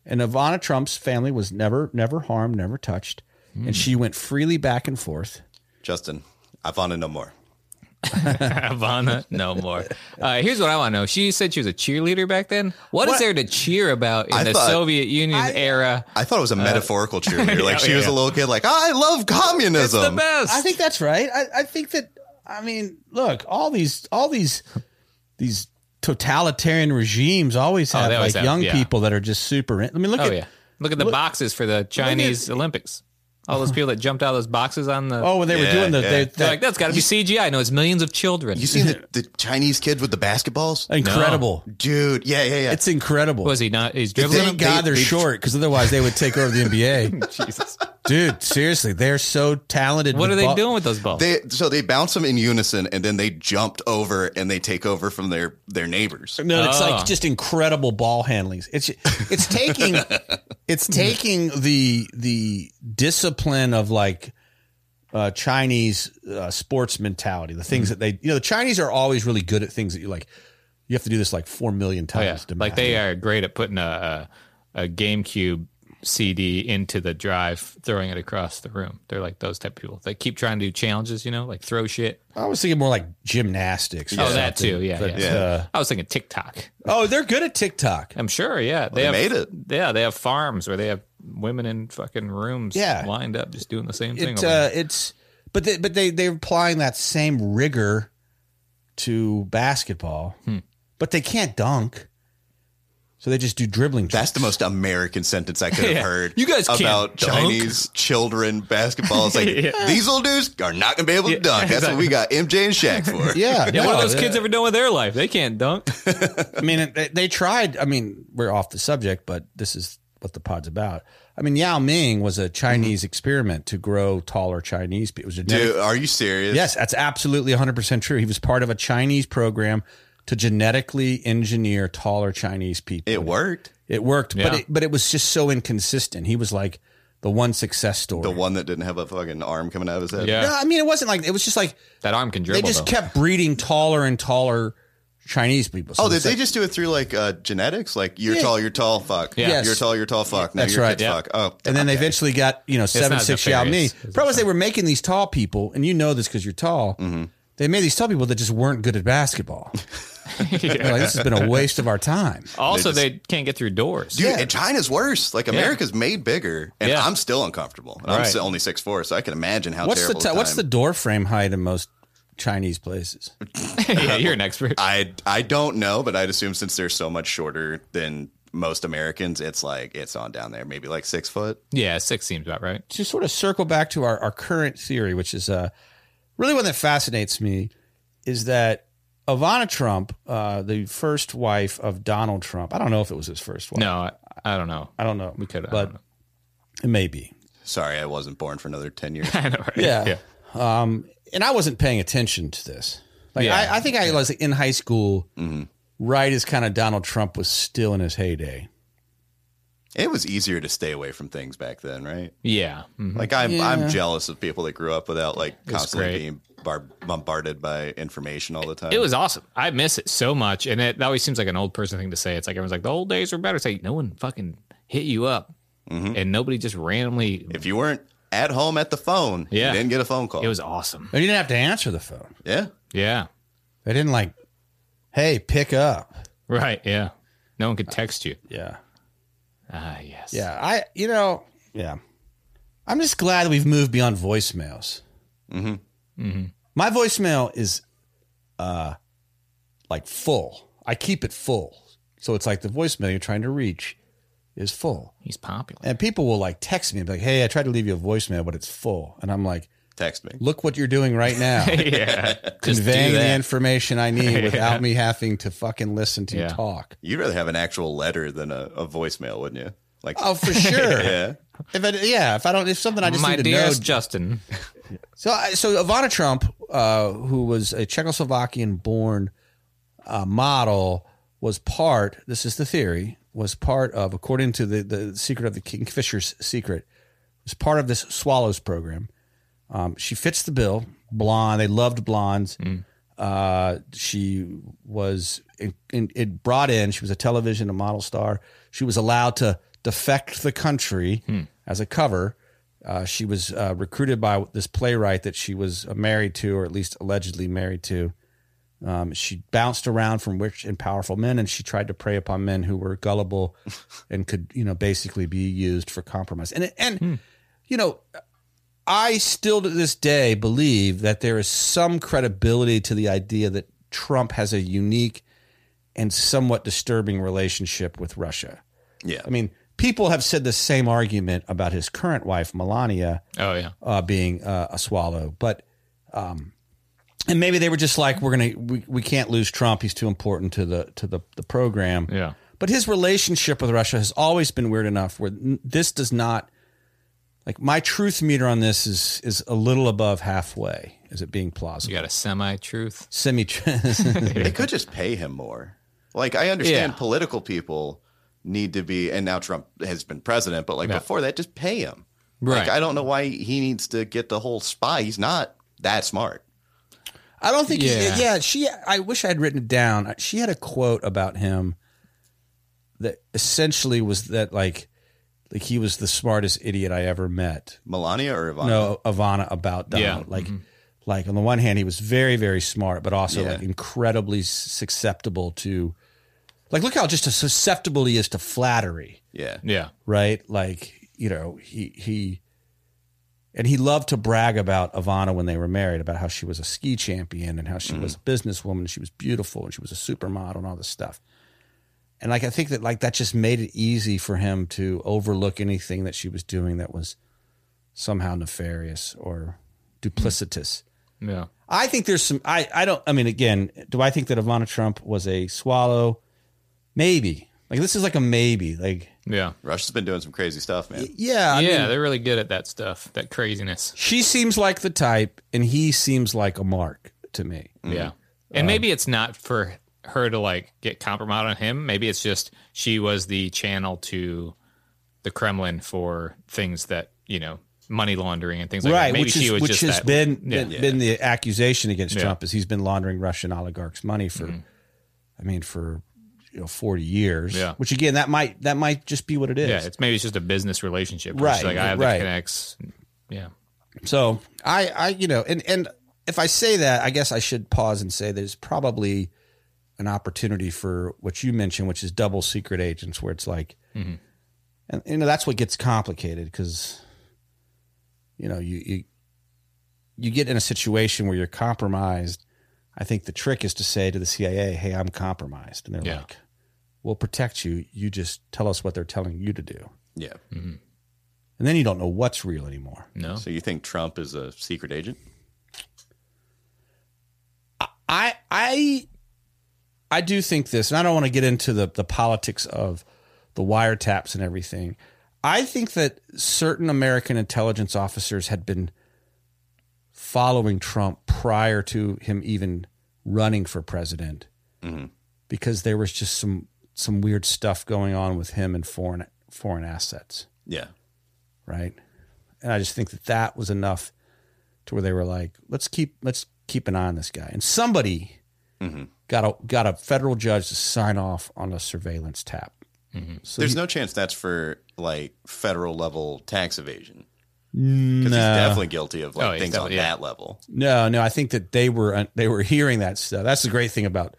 [SPEAKER 2] And
[SPEAKER 3] Hmm.
[SPEAKER 2] Ivana Trump's family was never, never harmed, never touched. And she went freely back and forth.
[SPEAKER 4] Justin, Ivana, no more.
[SPEAKER 3] Ivana, no more. Uh, here's what I want to know. She said she was a cheerleader back then. what?
[SPEAKER 2] What?
[SPEAKER 3] is there to cheer about in
[SPEAKER 4] I
[SPEAKER 3] the
[SPEAKER 4] thought-
[SPEAKER 3] Soviet Union era?
[SPEAKER 4] I thought it was a metaphorical cheerleader. Like she
[SPEAKER 3] Uh, yeah,
[SPEAKER 4] was
[SPEAKER 3] yeah.
[SPEAKER 4] a little kid, like I love
[SPEAKER 3] It's the
[SPEAKER 4] communism.
[SPEAKER 3] best.
[SPEAKER 2] I think that's right. I, I think that I mean, look, all these all these these totalitarian regimes always have
[SPEAKER 3] Oh, they always
[SPEAKER 2] like
[SPEAKER 3] have,
[SPEAKER 2] young
[SPEAKER 3] yeah.
[SPEAKER 2] people that are just super. In, I mean, look
[SPEAKER 3] oh
[SPEAKER 2] at
[SPEAKER 3] yeah. Look at the boxes for the Chinese Olympics. All those people that jumped out of those boxes on the.
[SPEAKER 2] oh when they were
[SPEAKER 4] Yeah,
[SPEAKER 2] doing the
[SPEAKER 4] yeah.
[SPEAKER 2] they,
[SPEAKER 3] they're
[SPEAKER 2] that,
[SPEAKER 3] like that's got to be CGI. No, it's millions of children.
[SPEAKER 4] You seen the, the Chinese kids with the basketballs,
[SPEAKER 2] incredible.
[SPEAKER 4] dude? Yeah, yeah, yeah.
[SPEAKER 2] It's incredible.
[SPEAKER 3] was he not? He's dribbling.
[SPEAKER 4] They-
[SPEAKER 2] Thank God
[SPEAKER 4] they-
[SPEAKER 2] they're
[SPEAKER 4] they-
[SPEAKER 2] short because otherwise they would take over the NBA.
[SPEAKER 3] Jesus.
[SPEAKER 2] Dude, seriously, they're so talented.
[SPEAKER 3] What
[SPEAKER 2] with
[SPEAKER 3] are they
[SPEAKER 2] ball-
[SPEAKER 3] doing with those balls?
[SPEAKER 4] they so they bounce them in unison, and then they jumped over and they take over from their their neighbors.
[SPEAKER 2] No, it's
[SPEAKER 3] Oh.
[SPEAKER 2] like just incredible ball handlings. It's it's taking it's taking the the discipline of like uh, Chinese uh, sports mentality. The things that they you know the Chinese are always really good at things that you like. You have to do this like four million
[SPEAKER 3] Oh,
[SPEAKER 2] times.
[SPEAKER 3] yeah.
[SPEAKER 2] to
[SPEAKER 3] Like
[SPEAKER 2] master.
[SPEAKER 3] they are great at putting a, a a GameCube CD into the drive, throwing it across the room. They're like those type of people. They keep trying to do challenges, you know, like throw shit.
[SPEAKER 2] I was thinking more like gymnastics. or
[SPEAKER 3] Oh, that
[SPEAKER 2] something,
[SPEAKER 3] too. Yeah,
[SPEAKER 2] but,
[SPEAKER 3] yeah.
[SPEAKER 2] uh,
[SPEAKER 3] I was thinking TikTok.
[SPEAKER 2] oh, they're good at TikTok.
[SPEAKER 3] I'm sure. Yeah, they,
[SPEAKER 4] they
[SPEAKER 3] have,
[SPEAKER 4] made it.
[SPEAKER 3] Yeah, they have farms where they have women in fucking rooms.
[SPEAKER 2] Yeah.
[SPEAKER 3] lined up, just doing the same thing.
[SPEAKER 2] It
[SPEAKER 3] over there.
[SPEAKER 2] uh, it's but they, but they they're applying that same rigor to basketball,
[SPEAKER 3] Hmm.
[SPEAKER 2] but they can't dunk, so they just do dribbling. tricks.
[SPEAKER 4] That's the most American sentence I could have
[SPEAKER 3] Yeah.
[SPEAKER 4] heard.
[SPEAKER 3] You guys can't
[SPEAKER 4] about
[SPEAKER 3] dunk.
[SPEAKER 4] Chinese children basketball. It's like these old dudes are not going to be able to dunk. That's what we got MJ and Shaq for.
[SPEAKER 2] yeah.
[SPEAKER 3] yeah,
[SPEAKER 2] no,
[SPEAKER 3] what have those
[SPEAKER 2] yeah.
[SPEAKER 3] kids ever done with their life? They can't dunk.
[SPEAKER 2] I mean, they, they tried. I mean, we're off the subject, but this is what the pod's about. I mean, Yao Ming was a Chinese experiment to grow taller Chinese people. It was a genetic
[SPEAKER 4] Dude, are you serious?
[SPEAKER 2] Yes, that's absolutely 100% true. He was part of a Chinese program to genetically engineer taller Chinese people.
[SPEAKER 4] It worked.
[SPEAKER 2] It worked,
[SPEAKER 3] Yeah.
[SPEAKER 2] but it, but it was just so inconsistent. He was like the one success story.
[SPEAKER 4] The one that didn't have a fucking arm coming out of his head.
[SPEAKER 3] Yeah,
[SPEAKER 2] No, I mean it wasn't like it was just like
[SPEAKER 3] that arm can
[SPEAKER 2] they
[SPEAKER 3] dribble.
[SPEAKER 2] just
[SPEAKER 3] though.
[SPEAKER 2] kept breeding taller and taller Chinese people. So
[SPEAKER 4] Oh, did
[SPEAKER 2] it's
[SPEAKER 4] they
[SPEAKER 2] like-
[SPEAKER 4] just do it through like uh, genetics? Like you're
[SPEAKER 2] Yeah.
[SPEAKER 4] tall, you're tall, fuck.
[SPEAKER 3] Yeah. Yes.
[SPEAKER 4] You're tall, you're tall, fuck. Now
[SPEAKER 2] That's
[SPEAKER 4] you're
[SPEAKER 2] right,
[SPEAKER 4] kids,
[SPEAKER 2] yeah.
[SPEAKER 4] fuck. Oh,
[SPEAKER 2] and then they eventually got you know seven
[SPEAKER 3] not
[SPEAKER 2] six Yao Ming.
[SPEAKER 3] nefarious.
[SPEAKER 2] Problem is they were making these tall people, and you know this because you're tall.
[SPEAKER 4] Mm-hmm.
[SPEAKER 2] They made these tall people that just weren't good at basketball. They're like, this has been a waste of our time.
[SPEAKER 3] also, they, can't get through doors.
[SPEAKER 4] dude, and China's worse. Like America's made bigger, and
[SPEAKER 3] Yeah.
[SPEAKER 4] I'm still uncomfortable. And I'm
[SPEAKER 3] Right.
[SPEAKER 4] still only six four, so I can imagine how
[SPEAKER 2] What's the
[SPEAKER 4] terrible.
[SPEAKER 2] t- what's the
[SPEAKER 4] time-
[SPEAKER 2] door frame height in most Chinese places?
[SPEAKER 3] yeah, you're an expert.
[SPEAKER 4] I I don't know, but I'd assume since they're so much shorter than most Americans, it's like it's on down there, maybe like six foot.
[SPEAKER 3] Yeah, six seems about right.
[SPEAKER 2] to sort of circle back to our, our current theory, which is uh, really one that fascinates me, is that Ivana Trump, uh, the first wife of Donald Trump, I don't know if it was his first wife.
[SPEAKER 3] No, I, I don't know.
[SPEAKER 2] I don't know.
[SPEAKER 3] We could- I
[SPEAKER 2] but
[SPEAKER 3] don't know.
[SPEAKER 2] it may be.
[SPEAKER 4] Sorry, I wasn't born for another ten years.
[SPEAKER 3] I know, right?
[SPEAKER 2] Yeah. And I wasn't paying attention to this. Like
[SPEAKER 3] Yeah. Mm-hmm.
[SPEAKER 2] I, I think I was in high school, right as kind of Donald Trump was still in his heyday.
[SPEAKER 4] It was easier to stay away from things back then, right?
[SPEAKER 3] Yeah. Mhm.
[SPEAKER 4] Like I'm I'm jealous of people that grew up without like constantly
[SPEAKER 3] great.
[SPEAKER 4] being bar- bombarded by information all the time.
[SPEAKER 3] It was awesome. I miss it so much. And it that always seems like an old person thing to say. It's like everyone's like, the old days were better. It's like no one fucking hit you up.
[SPEAKER 2] Mm-hmm.
[SPEAKER 3] And nobody just randomly.
[SPEAKER 4] if you weren't at home at the phone,
[SPEAKER 3] Yeah.
[SPEAKER 4] you didn't get a phone call.
[SPEAKER 3] It was awesome.
[SPEAKER 2] And you didn't have to answer the phone.
[SPEAKER 4] yeah.
[SPEAKER 3] Yeah.
[SPEAKER 2] They didn't like, hey, pick up.
[SPEAKER 3] Right. Yeah. No one could text you.
[SPEAKER 2] Yeah.
[SPEAKER 3] Ah, yes.
[SPEAKER 2] Yeah, I you know, yeah. I'm just glad we've moved beyond voicemails. Mm-hmm.
[SPEAKER 3] Mm-hmm.
[SPEAKER 2] My voicemail is, uh, like full. I keep it full, so it's like the voicemail you're trying to reach is full,
[SPEAKER 3] He's popular.
[SPEAKER 2] and people will like text me and be like, "Hey, I tried to leave you a voicemail, but it's full," and I'm like,
[SPEAKER 4] Text me.
[SPEAKER 2] "Look what you're doing right now."
[SPEAKER 3] yeah. Just do
[SPEAKER 2] Conveying the
[SPEAKER 3] that.
[SPEAKER 2] information I need without me having to fucking listen to you
[SPEAKER 3] Yeah.
[SPEAKER 2] talk.
[SPEAKER 4] You'd rather have an actual letter than a, a voicemail, wouldn't you? Like,
[SPEAKER 2] Oh, for sure.
[SPEAKER 4] yeah.
[SPEAKER 2] If I, yeah, if I don't, if something I just
[SPEAKER 3] My
[SPEAKER 2] need to know
[SPEAKER 3] dearest Justin.
[SPEAKER 2] So, I- so Ivana Trump, uh, who was a Czechoslovakian-born uh, model, was part. This is the theory. Was part of, according to the the secret of the Kingfisher's secret, was part of this Swallows program. Um, she fits the bill. Blonde. They loved blondes. Uh, she was in, in, it brought in. She was a television and model star. She was allowed to defect the country as a cover, Uh, she was uh, recruited by this playwright that she was uh, married to, or at least allegedly married to. Um, she bounced around from rich and powerful men, and she tried to prey upon men who were gullible and could, you know, basically be used for compromise. And and you know, I still to this day believe that there is some credibility to the idea that Trump has a unique and somewhat disturbing relationship with Russia.
[SPEAKER 4] Yeah.
[SPEAKER 2] I mean, people have said the same argument about his current wife, Melania,
[SPEAKER 3] Oh yeah.
[SPEAKER 2] uh, being uh, a swallow. But, um, and maybe they were just like, we're gonna, we, we can't lose Trump. He's too important to the to the the program.
[SPEAKER 3] Yeah.
[SPEAKER 2] But his relationship with Russia has always been weird enough where n- this does not. Like my truth meter on this is is a little above halfway. Is it being plausible?
[SPEAKER 3] You got a semi truth.
[SPEAKER 2] Semi.
[SPEAKER 4] They could just pay him more. Like I understand
[SPEAKER 3] Yeah.
[SPEAKER 4] political people need to be, and now Trump has been president, but like
[SPEAKER 3] Yeah.
[SPEAKER 4] before that, just pay him.
[SPEAKER 3] Right.
[SPEAKER 4] Like I don't know why he needs to get the whole spy. He's not that smart.
[SPEAKER 2] I don't think. Yeah.
[SPEAKER 3] Yeah.
[SPEAKER 2] yeah, she. I wish I had written it down. She had a quote about him that essentially was that like, like he was the smartest idiot I ever met.
[SPEAKER 4] Melania or Ivanka?
[SPEAKER 2] No, Ivana about Donald.
[SPEAKER 3] Yeah.
[SPEAKER 2] Like, like on the one hand, he was very, very smart, but also
[SPEAKER 4] Yeah.
[SPEAKER 2] like incredibly susceptible to, like, look how just a susceptible he is to flattery
[SPEAKER 4] Yeah.
[SPEAKER 3] Yeah.
[SPEAKER 2] right? Like, you know, he he and he loved to brag about Ivana when they were married, about how she was a ski champion and how she was a businesswoman, she was beautiful and she was a supermodel and all this stuff. And like I think that like that just made it easy for him to overlook anything that she was doing that was somehow nefarious or duplicitous.
[SPEAKER 3] Yeah.
[SPEAKER 2] I think there's some. I I don't. I mean, again, do I think that Ivana Trump was a swallow? Maybe. Like this is like a maybe. Like
[SPEAKER 3] Yeah.
[SPEAKER 4] Russia's been doing some crazy stuff, man.
[SPEAKER 2] yeah. I
[SPEAKER 3] yeah,
[SPEAKER 2] mean-
[SPEAKER 3] they're really good at that stuff, that craziness.
[SPEAKER 2] She seems like the type, and he seems like a mark to me.
[SPEAKER 3] Yeah.
[SPEAKER 2] Um,
[SPEAKER 3] And maybe it's not for her to like get compromised on him. Maybe it's just she was the channel to the Kremlin for things that, you know, money laundering and things like that.
[SPEAKER 2] Right,
[SPEAKER 3] Maybe
[SPEAKER 2] which
[SPEAKER 3] she
[SPEAKER 2] is
[SPEAKER 3] was
[SPEAKER 2] which
[SPEAKER 3] just
[SPEAKER 2] has
[SPEAKER 3] that.
[SPEAKER 2] been
[SPEAKER 3] Yeah.
[SPEAKER 2] been, been the accusation against
[SPEAKER 3] Yeah.
[SPEAKER 2] Trump is he's been laundering Russian oligarchs' money for, I mean, for you know forty years.
[SPEAKER 3] Mm-hmm. Yeah.
[SPEAKER 2] Which again, that might that might just be what it is.
[SPEAKER 3] yeah, it's maybe it's just a business relationship. where
[SPEAKER 2] Right,
[SPEAKER 3] she's like I have
[SPEAKER 2] right.
[SPEAKER 3] the connects. Yeah.
[SPEAKER 2] So I, I, you know, and and if I say that, I guess I should pause and say there's probably an opportunity for what you mentioned, which is double secret agents, where it's like, and you know, that's what gets complicated because, you know, you you you get in a situation where you're compromised. I think the trick is to say to the CIA, "Hey, I'm compromised," and they're
[SPEAKER 3] Yeah.
[SPEAKER 2] like, "We'll protect you. You just tell us what they're telling you to do,"
[SPEAKER 4] Yeah.
[SPEAKER 2] and then you don't know what's real anymore.
[SPEAKER 3] No.
[SPEAKER 4] So you think Trump is a secret agent?
[SPEAKER 2] I I I do think this, and I don't want to get into the the politics of the wiretaps and everything. I think that certain American intelligence officers had been following Trump prior to him even running for president, because there was just some some weird stuff going on with him and foreign foreign assets
[SPEAKER 4] Yeah.
[SPEAKER 2] right? And I just think that that was enough to where they were like, let's keep let's keep an eye on this guy. And somebody got a got a federal judge to sign off on a surveillance tap. So
[SPEAKER 4] There's
[SPEAKER 2] he-
[SPEAKER 4] no chance that's for like federal level tax evasion. Because he's definitely guilty of like
[SPEAKER 3] Oh, he's
[SPEAKER 4] things on
[SPEAKER 3] definitely- yeah.
[SPEAKER 4] that level.
[SPEAKER 2] no, no. I think that they were uh, they were hearing that stuff. That's the great thing about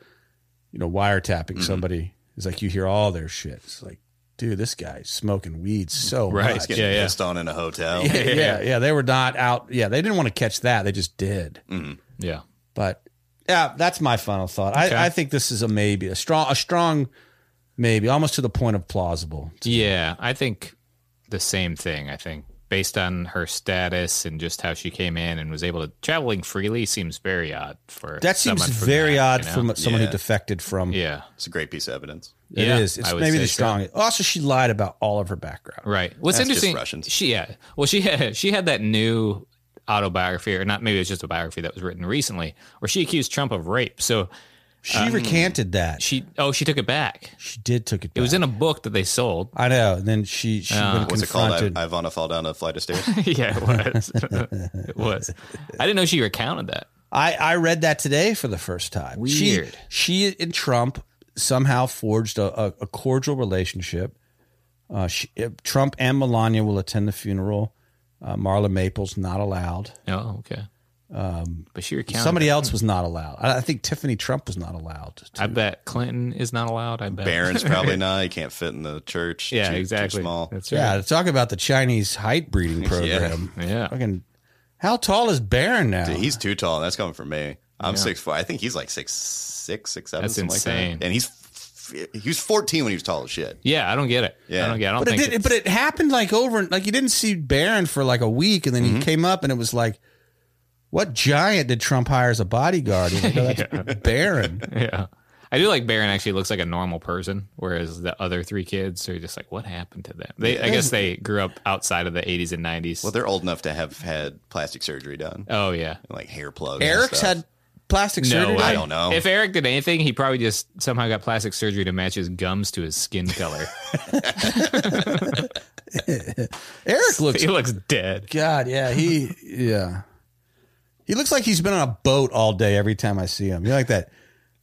[SPEAKER 2] you know wiretapping somebody is like you hear all their shit. It's like, dude, this guy's smoking weed so
[SPEAKER 3] Right.
[SPEAKER 2] much.
[SPEAKER 4] He's getting
[SPEAKER 3] Yeah, yeah.
[SPEAKER 4] pissed on in a hotel.
[SPEAKER 2] Yeah, yeah, yeah. They were not out. Yeah, they didn't want to catch that. They just did.
[SPEAKER 3] Yeah.
[SPEAKER 2] But yeah, that's my final thought.
[SPEAKER 3] Okay.
[SPEAKER 2] I, I think this is a maybe, a strong, a strong maybe, almost to the point of plausible.
[SPEAKER 3] Yeah, I think the same thing. I think based on her status and just how she came in and was able to traveling freely seems very odd for
[SPEAKER 2] That seems
[SPEAKER 3] someone from
[SPEAKER 2] very
[SPEAKER 3] that,
[SPEAKER 2] odd
[SPEAKER 3] you know?
[SPEAKER 2] from someone who
[SPEAKER 4] Yeah.
[SPEAKER 2] defected from.
[SPEAKER 3] yeah
[SPEAKER 4] It's a great piece of evidence.
[SPEAKER 2] It
[SPEAKER 3] Yeah,
[SPEAKER 2] is. It's
[SPEAKER 3] I would
[SPEAKER 2] maybe
[SPEAKER 3] say
[SPEAKER 2] the
[SPEAKER 3] so.
[SPEAKER 2] strongest. Also, she lied about all of her background.
[SPEAKER 3] right. What's
[SPEAKER 4] That's just
[SPEAKER 3] interesting?
[SPEAKER 4] Russians.
[SPEAKER 3] She yeah. Well, she had she had that new autobiography or not maybe it's just a biography that was written recently where she accused Trump of rape. So
[SPEAKER 2] She
[SPEAKER 3] Um,
[SPEAKER 2] recanted that. She,
[SPEAKER 3] she oh she took it back.
[SPEAKER 2] did took it. Back.
[SPEAKER 3] It was in Uh, a book that they sold.
[SPEAKER 2] I know. And then she she when
[SPEAKER 4] What's it
[SPEAKER 2] confronted.
[SPEAKER 4] called? I- Ivana fall down a flight of stairs.
[SPEAKER 3] yeah, it was. it was. I didn't know she recounted that.
[SPEAKER 2] I, I read that today for the first time.
[SPEAKER 3] Weird.
[SPEAKER 2] She, she and Trump somehow forged a, a, a cordial relationship. Uh, she, uh, Trump and Melania will attend the funeral. Uh, Marla Maples not allowed.
[SPEAKER 3] Oh, okay. Um, Bashir County.
[SPEAKER 2] Somebody else was not allowed. I I think Tiffany Trump was not allowed.
[SPEAKER 3] I bet Clinton is not allowed. I bet
[SPEAKER 4] Barron's probably not. He can't fit in the church.
[SPEAKER 3] yeah,
[SPEAKER 4] Too- too
[SPEAKER 3] exactly.
[SPEAKER 4] small.
[SPEAKER 3] That's right.
[SPEAKER 2] Yeah, to talk about the Chinese height breeding program.
[SPEAKER 3] Yeah.
[SPEAKER 2] Fucking, how tall is Barron now?
[SPEAKER 4] Dude, he's too tall. That's coming from me. I'm six foot. I think he's like six six, six seven.
[SPEAKER 3] That's
[SPEAKER 4] something Like
[SPEAKER 3] insane.
[SPEAKER 4] that. And he's f- he was 14 when he was tall as shit.
[SPEAKER 3] Yeah, I don't get it.
[SPEAKER 4] Yeah.
[SPEAKER 3] I don't get. I don't
[SPEAKER 2] but it
[SPEAKER 3] think.
[SPEAKER 2] did,
[SPEAKER 3] it's-
[SPEAKER 2] but it happened like over like you didn't see Barron for like a week, and then he came up, and it was like, what giant did Trump hire as a bodyguard? He's like, "Oh, that's Barron.
[SPEAKER 3] yeah, I do like Barron. Actually, looks like a normal person, whereas the other three kids are just like, what happened to them? They, I guess they grew up outside of the 80s and 90s.
[SPEAKER 4] Well, they're old enough to have had plastic surgery done,
[SPEAKER 3] oh yeah.
[SPEAKER 4] like hair plugs. and
[SPEAKER 2] Eric's
[SPEAKER 4] stuff.
[SPEAKER 2] had plastic surgery.
[SPEAKER 4] I
[SPEAKER 2] done?
[SPEAKER 4] don't know.
[SPEAKER 3] If Eric did anything, he probably just somehow got plastic surgery to match his gums to his skin color.
[SPEAKER 2] Eric looks
[SPEAKER 3] he looks dead.
[SPEAKER 2] God, yeah, he yeah. He looks like he's been on a boat all day every time I see him. You know, like that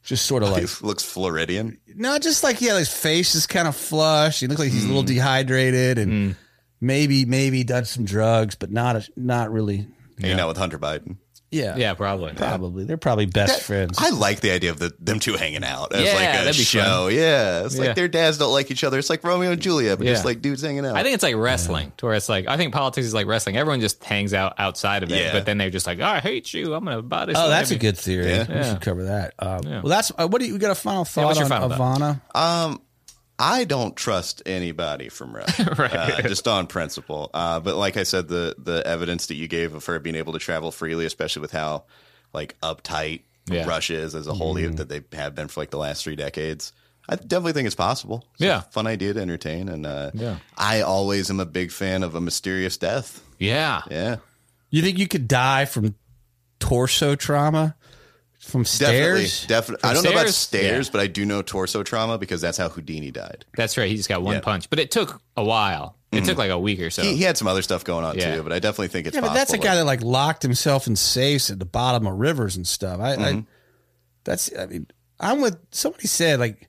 [SPEAKER 2] just sort of
[SPEAKER 4] He
[SPEAKER 2] like
[SPEAKER 4] looks Floridian.
[SPEAKER 2] not just like yeah, his face is kind of flushed. He looks like he's a little dehydrated and maybe maybe done some drugs, but not a, not really.
[SPEAKER 4] Hanging out with Hunter Biden.
[SPEAKER 2] Yeah.
[SPEAKER 3] Yeah, probably.
[SPEAKER 2] Probably. They're probably best
[SPEAKER 4] That-
[SPEAKER 2] friends.
[SPEAKER 4] I like the idea of the, them two hanging out as
[SPEAKER 3] Yeah,
[SPEAKER 4] like a
[SPEAKER 3] that'd be
[SPEAKER 4] show. Yeah, it's
[SPEAKER 3] Yeah.
[SPEAKER 4] like their dads don't like each other. It's like Romeo and Juliet, but just
[SPEAKER 3] Yeah.
[SPEAKER 4] like dudes hanging out.
[SPEAKER 3] I think it's like wrestling, to where it's like I think politics is like wrestling. Everyone just hangs out outside of it,
[SPEAKER 4] Yeah.
[SPEAKER 3] but then they're just like, I hate you. I'm gonna body.
[SPEAKER 2] Oh,
[SPEAKER 3] slam
[SPEAKER 2] that's a
[SPEAKER 3] you."
[SPEAKER 2] good theory.
[SPEAKER 4] Yeah.
[SPEAKER 2] We should cover that. Uh, Well, that's uh, what do you, we got a final thought
[SPEAKER 3] what's your
[SPEAKER 2] on
[SPEAKER 3] final thought?
[SPEAKER 2] Ivana?
[SPEAKER 4] I don't trust anybody from Russia, uh, just on principle. Uh, but like I said, the the evidence that you gave of her being able to travel freely, especially with how like uptight
[SPEAKER 3] Yeah.
[SPEAKER 4] Russia is as a whole,
[SPEAKER 2] Mm-hmm.
[SPEAKER 4] even that they have been for like the last three decades. I definitely think it's possible. It's
[SPEAKER 3] Yeah.
[SPEAKER 4] a fun idea to entertain, and uh,
[SPEAKER 3] Yeah.
[SPEAKER 4] I always am a big fan of a mysterious death.
[SPEAKER 3] Yeah.
[SPEAKER 4] Yeah,
[SPEAKER 2] You think you could die from torso trauma? From stairs?
[SPEAKER 4] definitely, definitely. I don't know about
[SPEAKER 3] stairs?
[SPEAKER 4] stairs,
[SPEAKER 3] Yeah.
[SPEAKER 4] but I do know torso trauma because that's how Houdini died.
[SPEAKER 3] That's right. He just got one
[SPEAKER 4] Yeah. Mm.
[SPEAKER 3] punch, but it took a while. It took like a week or so.
[SPEAKER 4] He, he had some other stuff going on
[SPEAKER 3] Yeah.
[SPEAKER 4] too, but I definitely think it's
[SPEAKER 2] Yeah, but
[SPEAKER 4] possible.
[SPEAKER 2] that's a
[SPEAKER 4] Like,
[SPEAKER 2] guy that like locked himself in safes at the bottom of rivers and stuff. I,
[SPEAKER 4] Mm-hmm.
[SPEAKER 2] I that's I mean I'm with somebody said like it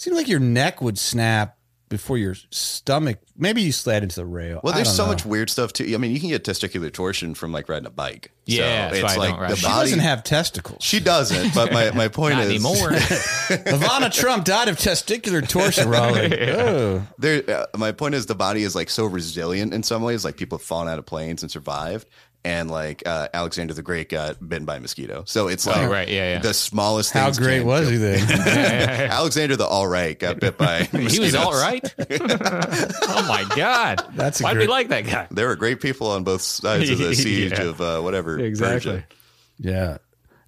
[SPEAKER 2] seemed like your neck would snap before your stomach. Maybe you slid into the rail.
[SPEAKER 4] Well,
[SPEAKER 2] I
[SPEAKER 4] there's
[SPEAKER 2] don't
[SPEAKER 4] so
[SPEAKER 2] know.
[SPEAKER 4] much weird stuff too. I mean, you can get testicular torsion from like riding a bike.
[SPEAKER 3] Yeah,
[SPEAKER 4] so
[SPEAKER 3] that's
[SPEAKER 4] it's
[SPEAKER 3] why I
[SPEAKER 4] like
[SPEAKER 3] don't ride
[SPEAKER 4] the
[SPEAKER 3] bikes.
[SPEAKER 2] She
[SPEAKER 4] body.
[SPEAKER 2] doesn't have testicles.
[SPEAKER 4] she doesn't. But my my point
[SPEAKER 3] Not
[SPEAKER 4] is
[SPEAKER 3] anymore.
[SPEAKER 2] Ivana Trump died of testicular torsion. Raleigh. Oh.
[SPEAKER 4] There, uh, my point is the body is like so resilient in some ways. Like people have fallen out of planes and survived. And like uh, Alexander the Great got bitten by a mosquito, so it's like
[SPEAKER 3] Oh, right, yeah, yeah.
[SPEAKER 4] the smallest.
[SPEAKER 2] How
[SPEAKER 4] things
[SPEAKER 2] great
[SPEAKER 4] can
[SPEAKER 2] was he
[SPEAKER 4] kill-
[SPEAKER 2] then?
[SPEAKER 4] Alexander the All Right got bit by.
[SPEAKER 3] he was
[SPEAKER 4] mosquitoes.
[SPEAKER 3] all right. oh my god.
[SPEAKER 2] That's a
[SPEAKER 3] why'd
[SPEAKER 2] great-
[SPEAKER 3] we like that guy?
[SPEAKER 4] There were great people on both sides of the siege
[SPEAKER 3] Yeah.
[SPEAKER 4] of uh, whatever.
[SPEAKER 3] Exactly.
[SPEAKER 4] Persia.
[SPEAKER 2] yeah.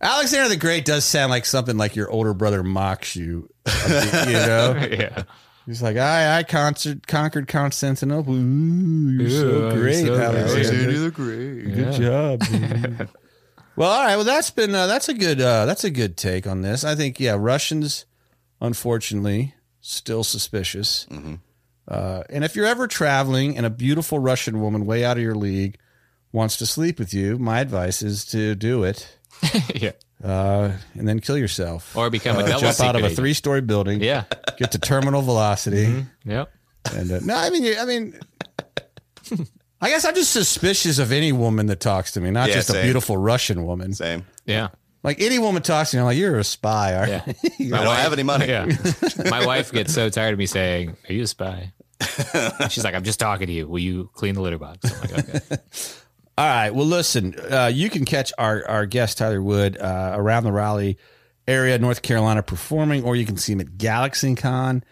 [SPEAKER 2] Alexander the Great does sound like something like your older brother mocks you. You know?
[SPEAKER 3] Yeah.
[SPEAKER 2] He's like, I, I concert, conquered Constantinople. Ooh, you're so
[SPEAKER 3] Yeah, you're
[SPEAKER 2] great,
[SPEAKER 3] so great.
[SPEAKER 2] Alexander.
[SPEAKER 4] Alexander the Great.
[SPEAKER 2] Good job. dude. well, all right. Well, that's been uh, that's a good uh, that's a good take on this. I think yeah, Russians, unfortunately, still suspicious.
[SPEAKER 3] Mm-hmm.
[SPEAKER 2] Uh, and if you're ever traveling and a beautiful Russian woman way out of your league wants to sleep with you, my advice is to do it
[SPEAKER 3] yeah.
[SPEAKER 2] uh, and then kill yourself
[SPEAKER 3] Or become a double
[SPEAKER 2] Uh, jump out of
[SPEAKER 3] secret
[SPEAKER 2] a
[SPEAKER 3] agent.
[SPEAKER 2] three-story building.
[SPEAKER 3] Yeah.
[SPEAKER 2] get to terminal velocity.
[SPEAKER 3] Yep.
[SPEAKER 2] And uh, no, I mean, I mean, I guess I'm just suspicious of any woman that talks to me, not
[SPEAKER 4] Yeah,
[SPEAKER 2] just a
[SPEAKER 4] same.
[SPEAKER 2] beautiful Russian woman.
[SPEAKER 4] Same.
[SPEAKER 3] Yeah.
[SPEAKER 2] Like any woman talks to me, I'm like, you're a spy. Aren't
[SPEAKER 3] Yeah.
[SPEAKER 4] I don't have any money.
[SPEAKER 3] Yeah. My wife gets so tired of me saying, Are you a spy? She's like, I'm just talking to you. Will you clean the litter box? I'm like, okay.
[SPEAKER 2] All right. Well, listen, uh, you can catch our, our guest, Tyler Wood, uh, around the Raleigh area, North Carolina, performing, or you can see him at GalaxyCon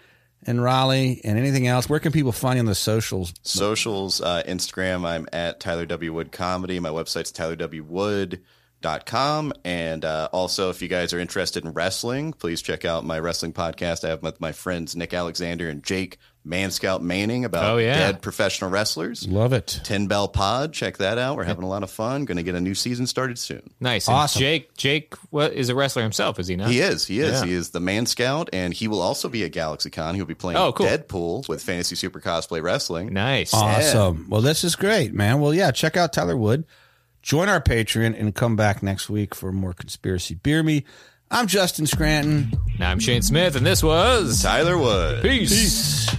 [SPEAKER 2] in Raleigh and anything else. Where can people find you on the socials?
[SPEAKER 4] socials uh, instagram i'm at tyler w wood comedy my website's tylerwwood.com and uh, also if you guys are interested in wrestling please check out my wrestling podcast i have with my friends nick alexander and jake man scout manning about
[SPEAKER 3] Oh, yeah.
[SPEAKER 4] dead professional wrestlers
[SPEAKER 2] Love it.
[SPEAKER 4] Ten Bell Pod, check that out. We're having a lot of fun. Going to get a new season started soon.
[SPEAKER 3] Nice. And
[SPEAKER 2] Awesome.
[SPEAKER 3] Jake, Jake what, is a wrestler himself, is he not?
[SPEAKER 4] He is, he is,
[SPEAKER 3] Yeah.
[SPEAKER 4] he is the Man Scout, and he will also be at GalaxyCon. He'll be playing
[SPEAKER 3] Oh, cool.
[SPEAKER 4] Deadpool with Fantasy Super Cosplay Wrestling.
[SPEAKER 3] Nice.
[SPEAKER 2] Awesome. Well, this is great, man. Well, yeah, check out Tyler Wood. Join our Patreon and come back next week for more Conspiracy Beer Me. I'm Justin Scranton.
[SPEAKER 3] Now I'm Shane Smith, and this was
[SPEAKER 4] Tyler Wood.
[SPEAKER 3] Peace.
[SPEAKER 2] Peace.